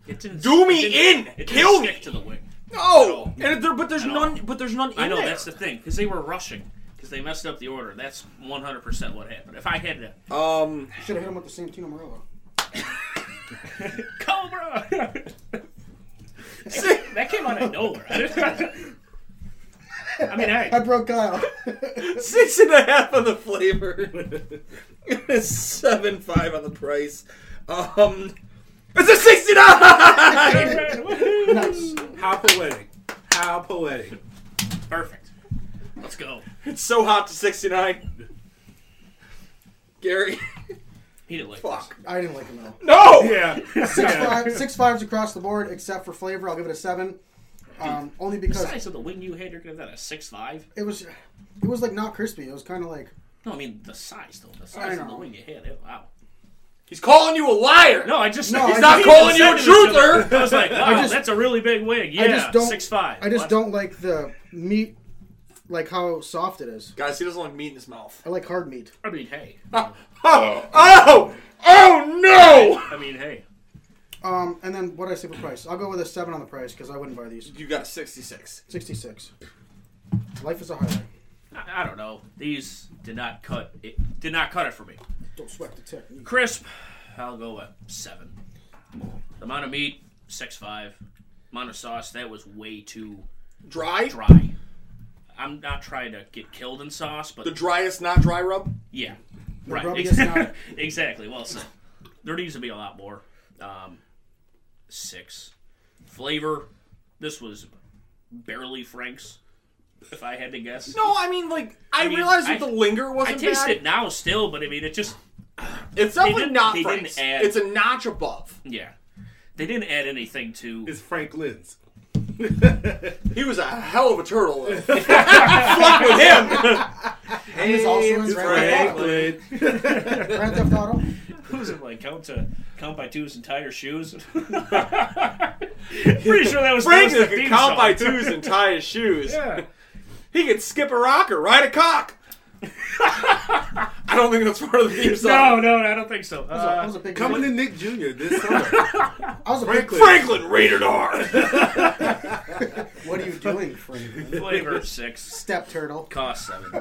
[SPEAKER 2] It didn't,
[SPEAKER 4] Do
[SPEAKER 2] it
[SPEAKER 4] me
[SPEAKER 2] didn't-
[SPEAKER 4] in!
[SPEAKER 2] It didn't
[SPEAKER 4] Kill
[SPEAKER 2] stick
[SPEAKER 4] me!
[SPEAKER 2] to the wing.
[SPEAKER 4] no. Oh, And there, but there's
[SPEAKER 2] At all.
[SPEAKER 4] none. But there's none. In
[SPEAKER 2] I know
[SPEAKER 4] there.
[SPEAKER 2] that's the thing because they were rushing because they messed up the order. That's 100 percent what happened. If I had to
[SPEAKER 4] um.
[SPEAKER 3] Should have hit him with the Santino Morello.
[SPEAKER 2] Cobra, that came out of nowhere. I mean,
[SPEAKER 3] I
[SPEAKER 2] I,
[SPEAKER 3] broke Kyle.
[SPEAKER 4] Six and a half on the flavor. Seven five on the price. Um, it's a sixty nine.
[SPEAKER 3] nice.
[SPEAKER 5] How poetic. How poetic.
[SPEAKER 2] perfect. Let's go.
[SPEAKER 4] it's so hot to sixty nine. Gary,
[SPEAKER 2] He didn't like
[SPEAKER 4] fuck.
[SPEAKER 3] I didn't like him at all.
[SPEAKER 4] No.
[SPEAKER 5] Yeah.
[SPEAKER 3] Six, five, six fives across the board, except for flavor. I'll give it a seven. Um, only
[SPEAKER 2] this.
[SPEAKER 3] because
[SPEAKER 2] The size of the wing you had, you're gonna give that a six five.
[SPEAKER 3] it was, it was like not crispy. It was kind of like
[SPEAKER 2] No, I mean the size though. The size of the
[SPEAKER 3] know.
[SPEAKER 2] wing you had. It, wow.
[SPEAKER 4] He's calling you a liar.
[SPEAKER 2] No, I just
[SPEAKER 3] No,
[SPEAKER 2] I
[SPEAKER 3] He's
[SPEAKER 4] not
[SPEAKER 2] just-
[SPEAKER 4] calling you a
[SPEAKER 2] said it to
[SPEAKER 4] truther.
[SPEAKER 2] him. I was like, wow,
[SPEAKER 3] just-
[SPEAKER 2] that's a really big wig. Yeah,
[SPEAKER 3] I just don't.
[SPEAKER 2] six five.
[SPEAKER 3] I just don't like the meat, like how soft it is.
[SPEAKER 4] Guys, he doesn't like meat in his mouth.
[SPEAKER 3] I like hard meat.
[SPEAKER 2] I mean, hey.
[SPEAKER 4] Oh, oh, oh no!
[SPEAKER 2] I mean, hey.
[SPEAKER 3] Um, and then what did I say for price? I'll go with a seven on the price because I wouldn't buy these.
[SPEAKER 4] You got a 66.
[SPEAKER 3] Sixty-six. Life is a highlight.
[SPEAKER 2] I, I don't know. These did not cut. It did not cut it for me.
[SPEAKER 3] Don't sweat the technique.
[SPEAKER 2] Crisp. I'll go with seven. The amount of meat, six five. Amount of sauce that was way too
[SPEAKER 4] Dry?
[SPEAKER 2] dry. I'm not trying to get killed in sauce, but
[SPEAKER 4] The driest, not dry rub.
[SPEAKER 2] Yeah. Right.
[SPEAKER 3] rub
[SPEAKER 2] Ex-
[SPEAKER 3] gets down.
[SPEAKER 2] exactly. Well, so there needs to be a lot more. Um, six. Flavor. This was barely Frank's, if I had to guess.
[SPEAKER 4] No, I mean, like, I,
[SPEAKER 2] mean,
[SPEAKER 4] realized
[SPEAKER 2] I-
[SPEAKER 4] that the linger
[SPEAKER 2] I
[SPEAKER 4] wasn't
[SPEAKER 2] taste
[SPEAKER 4] bad.
[SPEAKER 2] it now still, but I mean, it just,
[SPEAKER 4] It's definitely
[SPEAKER 2] didn't-
[SPEAKER 4] not
[SPEAKER 2] they didn't
[SPEAKER 4] Frank's.
[SPEAKER 2] add-
[SPEAKER 4] It's a notch above.
[SPEAKER 2] yeah. They didn't add anything to.
[SPEAKER 5] It's Frank Lynn's.
[SPEAKER 2] Mm-hmm.
[SPEAKER 4] He was a hell of a turtle. though. Fuck with him.
[SPEAKER 3] And it's also in Grand Theft Auto.
[SPEAKER 5] Franklin.
[SPEAKER 3] Grand Theft Auto.
[SPEAKER 2] Who's it like? Count to count by twos and tie your shoes? Pretty sure that was
[SPEAKER 4] Frank
[SPEAKER 2] that was the
[SPEAKER 4] could
[SPEAKER 2] theme
[SPEAKER 4] count
[SPEAKER 2] song.
[SPEAKER 4] by twos and tie his shoes.
[SPEAKER 2] Yeah.
[SPEAKER 4] He could skip a rock or ride a cock. I don't think that's part of the theme
[SPEAKER 2] No,
[SPEAKER 4] song.
[SPEAKER 2] no, I don't think so.
[SPEAKER 3] I
[SPEAKER 2] Uh,
[SPEAKER 3] was a big.
[SPEAKER 5] Coming to Nick Jr. this summer.
[SPEAKER 3] I was a big.
[SPEAKER 5] Franklin.
[SPEAKER 4] Franklin rated R.
[SPEAKER 3] What are you doing, Franklin?
[SPEAKER 2] Uh, flavor six.
[SPEAKER 3] Step turtle.
[SPEAKER 2] cost seven.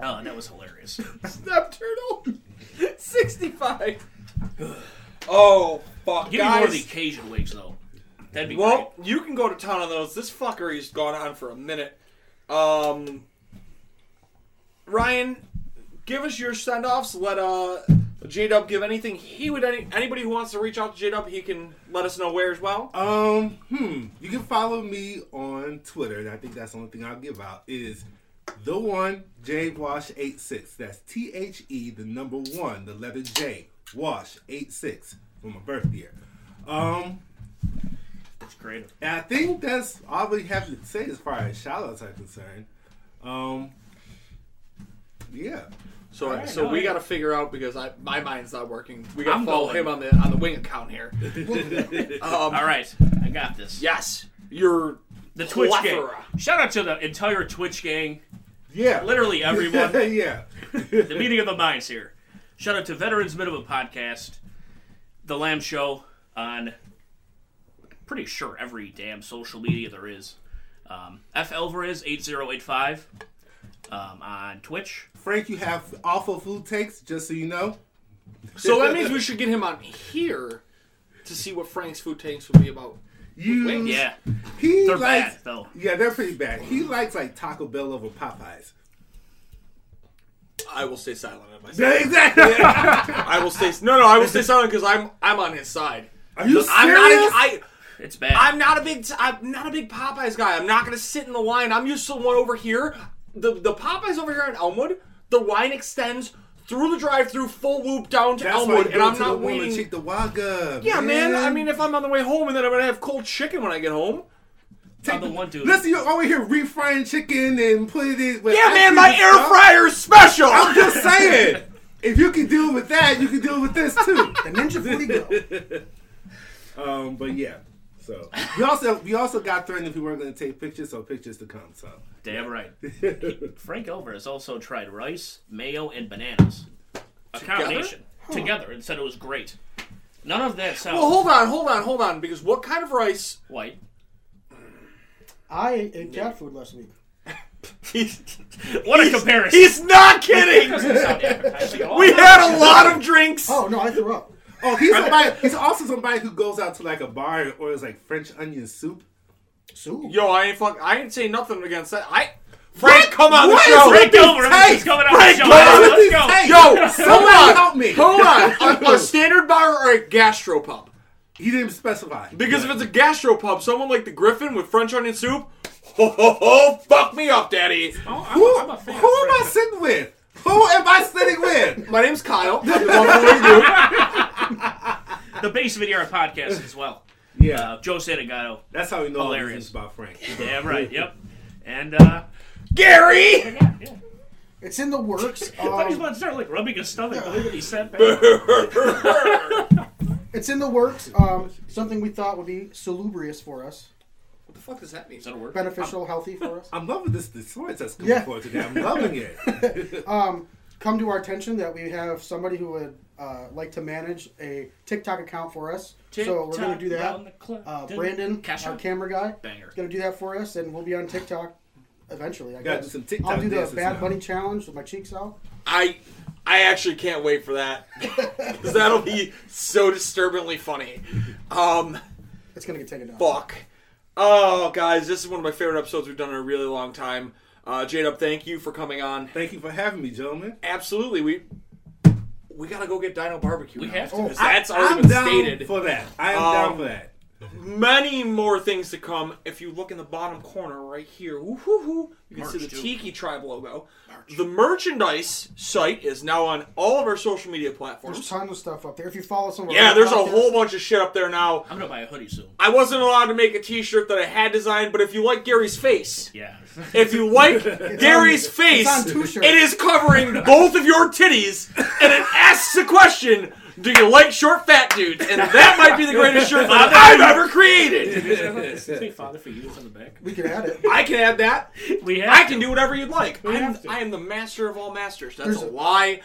[SPEAKER 2] oh, that was hilarious.
[SPEAKER 4] Snap turtle. 65. Oh, fuck,
[SPEAKER 2] Give me more of the
[SPEAKER 4] guys.
[SPEAKER 2] Cajun wigs, though. That'd be
[SPEAKER 4] Well, you can go to town on those. This fuckery's gone on for a minute. Um, Ryan, give us your send offs. Let uh, J Dub give anything he would. Any, anybody who wants to reach out to J Dub, he can let us know where as well.
[SPEAKER 5] Um, hmm. You can follow me on Twitter, and I think that's the only thing I'll give out is the one J Wash 86. That's T H E the number one, the letter J Wash 86 for my birth year. Um,
[SPEAKER 2] great. It's great.
[SPEAKER 5] and I think that's all we have to say as far as shout outs are concerned. Um, yeah.
[SPEAKER 4] So,
[SPEAKER 2] Alright,
[SPEAKER 4] so
[SPEAKER 2] no,
[SPEAKER 4] we
[SPEAKER 2] yeah.
[SPEAKER 4] got to figure out because I, my mind's not working. We got to
[SPEAKER 2] I'm
[SPEAKER 4] follow
[SPEAKER 2] going.
[SPEAKER 4] him on the on the wing account here. um,
[SPEAKER 2] All right, I got this.
[SPEAKER 4] Yes, you're
[SPEAKER 2] the Twitch
[SPEAKER 4] plethora.
[SPEAKER 2] gang. Shout out to the entire Twitch gang.
[SPEAKER 5] Yeah.
[SPEAKER 2] Literally everyone.
[SPEAKER 5] yeah.
[SPEAKER 2] the meeting of the minds here. Shout out to Veterans Minimum Podcast, The Lamb Show on pretty sure every damn social media there is. Um, F Alvarez eight zero eight five um, on Twitch.
[SPEAKER 5] Frank, you have awful food takes, just so you know.
[SPEAKER 4] So that means we should get him on here to see what Frank's food tanks would be about.
[SPEAKER 5] You,
[SPEAKER 2] Yeah,
[SPEAKER 5] he
[SPEAKER 2] they're
[SPEAKER 5] likes,
[SPEAKER 2] bad though.
[SPEAKER 5] Yeah, they're pretty bad. He likes like Taco Bell over Popeyes.
[SPEAKER 4] I will stay silent on myself.
[SPEAKER 5] Yeah, exactly. Are
[SPEAKER 4] I will stay no, no. I will stay silent because I'm I'm on his side.
[SPEAKER 5] you
[SPEAKER 4] I'm not.
[SPEAKER 5] serious?
[SPEAKER 4] I
[SPEAKER 2] It's bad.
[SPEAKER 4] I'm not a big I'm not a big Popeyes guy. I'm not gonna sit in the line. I'm used to the one over here. The the Popeyes over here in Elmwood, the line extends through the drive-through, full loop down to
[SPEAKER 5] That's
[SPEAKER 4] Elmwood,
[SPEAKER 5] why you
[SPEAKER 4] and
[SPEAKER 5] go
[SPEAKER 4] I'm
[SPEAKER 5] to the
[SPEAKER 4] not
[SPEAKER 5] one in
[SPEAKER 4] waiting.
[SPEAKER 5] Cheektowaga,
[SPEAKER 4] yeah, man. I mean, if I'm on the way home and then I'm gonna have cold chicken when I get home.
[SPEAKER 2] I'm the one dude.
[SPEAKER 5] Listen, you're over here refrying chicken and put it in. with
[SPEAKER 4] Yeah,
[SPEAKER 5] ice
[SPEAKER 4] man,
[SPEAKER 5] cream
[SPEAKER 4] my
[SPEAKER 5] and
[SPEAKER 4] air
[SPEAKER 5] stuff.
[SPEAKER 4] fryer is special.
[SPEAKER 5] I'm just saying. If you can deal with that, you can deal with this too.
[SPEAKER 3] The Ninja Fuego.
[SPEAKER 5] Um, but yeah. So we also we also got threatened if we weren't going to take pictures, so pictures to come. So
[SPEAKER 2] Damn right. Frank Alvarez also tried rice, mayo, and bananas. A combination. Together and said it was great. None of that sounds
[SPEAKER 4] well, hold on, hold on, hold on. Because what kind of rice?
[SPEAKER 2] white.
[SPEAKER 3] I ate cat food last week.
[SPEAKER 2] What a comparison.
[SPEAKER 4] He's not kidding.
[SPEAKER 2] Doesn't sound appetizing at all.
[SPEAKER 4] We had a lot of drinks.
[SPEAKER 3] Oh no, I threw up.
[SPEAKER 5] oh, he's somebody. He's also somebody who goes out to like a bar and orders like French onion soup.
[SPEAKER 3] Soup.
[SPEAKER 4] Yo, I ain't fuck. I ain't say nothing against that. I Frank, come on
[SPEAKER 5] What
[SPEAKER 4] the
[SPEAKER 5] is
[SPEAKER 4] show.
[SPEAKER 5] Frank
[SPEAKER 2] Frank Alvarez is coming on the
[SPEAKER 4] Frank,
[SPEAKER 2] show.
[SPEAKER 4] what is
[SPEAKER 2] Let's
[SPEAKER 5] this
[SPEAKER 2] go.
[SPEAKER 5] take?
[SPEAKER 4] Yo,
[SPEAKER 5] Somebody
[SPEAKER 4] hold on.
[SPEAKER 5] help me.
[SPEAKER 4] Hold on. A, a standard bar or a gastropub?
[SPEAKER 5] He didn't specify.
[SPEAKER 4] Because if it's a gastropub, someone like the Griffin with French onion soup, ho ho ho, fuck me up, daddy.
[SPEAKER 2] Oh, I'm,
[SPEAKER 5] Who,
[SPEAKER 2] I'm a
[SPEAKER 5] who
[SPEAKER 2] fan
[SPEAKER 5] am
[SPEAKER 2] of
[SPEAKER 5] I
[SPEAKER 2] Frank.
[SPEAKER 5] sitting with? Who am I sitting with?
[SPEAKER 4] My name's Kyle. I'm the one with you.
[SPEAKER 2] The Basement Era podcast as well.
[SPEAKER 5] Yeah,
[SPEAKER 2] Uh, Joe Santagato.
[SPEAKER 5] that's how we know all these
[SPEAKER 2] Hilarious.
[SPEAKER 5] things about Frank.
[SPEAKER 2] Damn right. Yep. And uh,
[SPEAKER 4] Gary.
[SPEAKER 2] yeah, yeah.
[SPEAKER 3] It's in the works.
[SPEAKER 2] I thought he was about
[SPEAKER 3] Um,
[SPEAKER 2] to start like rubbing his stomach the way that he sat back.
[SPEAKER 4] what
[SPEAKER 3] it's in the works. Um, something we thought would be salubrious for us,
[SPEAKER 4] the fuck does that mean?
[SPEAKER 2] Is that a word?
[SPEAKER 3] beneficial, healthy for us.
[SPEAKER 5] I'm loving this this source that's coming
[SPEAKER 3] Yeah.
[SPEAKER 5] forward today. I'm loving it.
[SPEAKER 3] Come to our attention that we have somebody who would uh, like to manage a TikTok account for us. so we're going to do
[SPEAKER 2] Tick-tock round the
[SPEAKER 3] that.
[SPEAKER 2] clock.
[SPEAKER 3] Uh, Brandon,
[SPEAKER 2] Casher?
[SPEAKER 3] our camera guy,
[SPEAKER 2] Banger.
[SPEAKER 3] is going to do that for us, and we'll be on TikTok eventually. I
[SPEAKER 5] Gotta
[SPEAKER 3] guess.
[SPEAKER 5] do some TikTok
[SPEAKER 3] I'll do the
[SPEAKER 5] dances
[SPEAKER 3] Bad
[SPEAKER 5] now.
[SPEAKER 3] Bunny challenge with my cheeks out.
[SPEAKER 4] I I actually can't wait for that. 'Cause that'll be so disturbingly funny. Um
[SPEAKER 3] It's going to get taken down.
[SPEAKER 4] fuck. Oh guys, this is one of my favorite episodes we've done in a really long time. Uh Jade up, thank you for coming on.
[SPEAKER 5] Thank you for having me, gentlemen.
[SPEAKER 4] Absolutely. We we gotta go get Dino Barbecue.
[SPEAKER 2] We
[SPEAKER 4] now,
[SPEAKER 2] have to.
[SPEAKER 3] Oh.
[SPEAKER 4] 'cause that's already
[SPEAKER 5] I'm
[SPEAKER 4] been
[SPEAKER 5] down
[SPEAKER 4] stated.
[SPEAKER 5] for that. I am
[SPEAKER 4] Um,
[SPEAKER 5] down for that.
[SPEAKER 4] Many more things to come. If you look in the bottom corner right here, woo-hoo-hoo, you can see
[SPEAKER 2] Merch,
[SPEAKER 4] the
[SPEAKER 2] too.
[SPEAKER 4] Tiki Tribe logo. The merchandise site is now on all of our social media platforms.
[SPEAKER 3] There's tons of stuff up there. If you follow someone,
[SPEAKER 4] Yeah, there's a whole bunch of shit up there now.
[SPEAKER 2] I'm gonna buy a hoodie soon.
[SPEAKER 4] I wasn't allowed to make a T-shirt that I had designed, but if you like Gary's face,
[SPEAKER 2] Yeah.
[SPEAKER 4] if you like Gary's face,
[SPEAKER 3] on two shirts.
[SPEAKER 4] it is covering both of your titties, and it asks the question: Do you like short fat dudes? And that might be the greatest shirt that I've ever created.
[SPEAKER 2] Say father for you on the back.
[SPEAKER 3] We could add it.
[SPEAKER 4] I can have that.
[SPEAKER 2] We have
[SPEAKER 4] I can do whatever you'd like. I'm,
[SPEAKER 2] have to.
[SPEAKER 4] I am the master of all masters. That's
[SPEAKER 3] There's
[SPEAKER 4] a
[SPEAKER 3] a-
[SPEAKER 4] lie.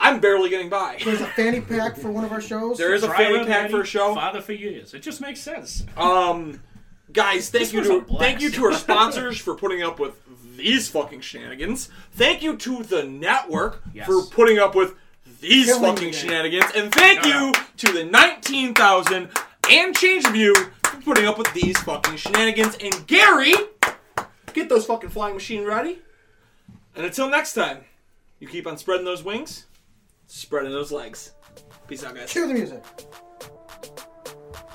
[SPEAKER 4] I'm barely getting by.
[SPEAKER 3] There's a fanny pack for one of our shows.
[SPEAKER 4] There is a family pack for a show.
[SPEAKER 2] Father for years. It just makes sense.
[SPEAKER 4] Um, guys, thank
[SPEAKER 2] This
[SPEAKER 4] you
[SPEAKER 2] was a
[SPEAKER 4] to
[SPEAKER 2] blast.
[SPEAKER 4] thank you to our sponsors for putting up with these fucking shenanigans. Thank you to the network
[SPEAKER 2] Yes.
[SPEAKER 4] for putting up with these
[SPEAKER 3] Killing
[SPEAKER 4] fucking
[SPEAKER 3] me.
[SPEAKER 4] shenanigans, and thank
[SPEAKER 2] Yeah.
[SPEAKER 4] you to the nineteen thousand and change of you for putting up with these fucking shenanigans. And Gary, get those fucking flying machine ready. And until next time, you keep on spreading those wings, spreading those legs. Peace out, guys.
[SPEAKER 3] Cue the music.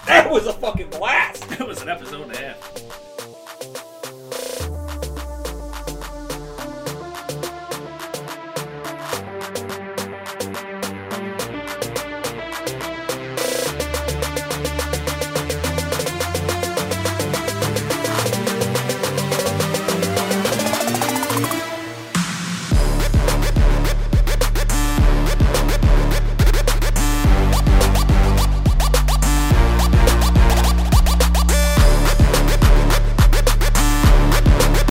[SPEAKER 4] That was a fucking blast.
[SPEAKER 2] That was an episode and a half.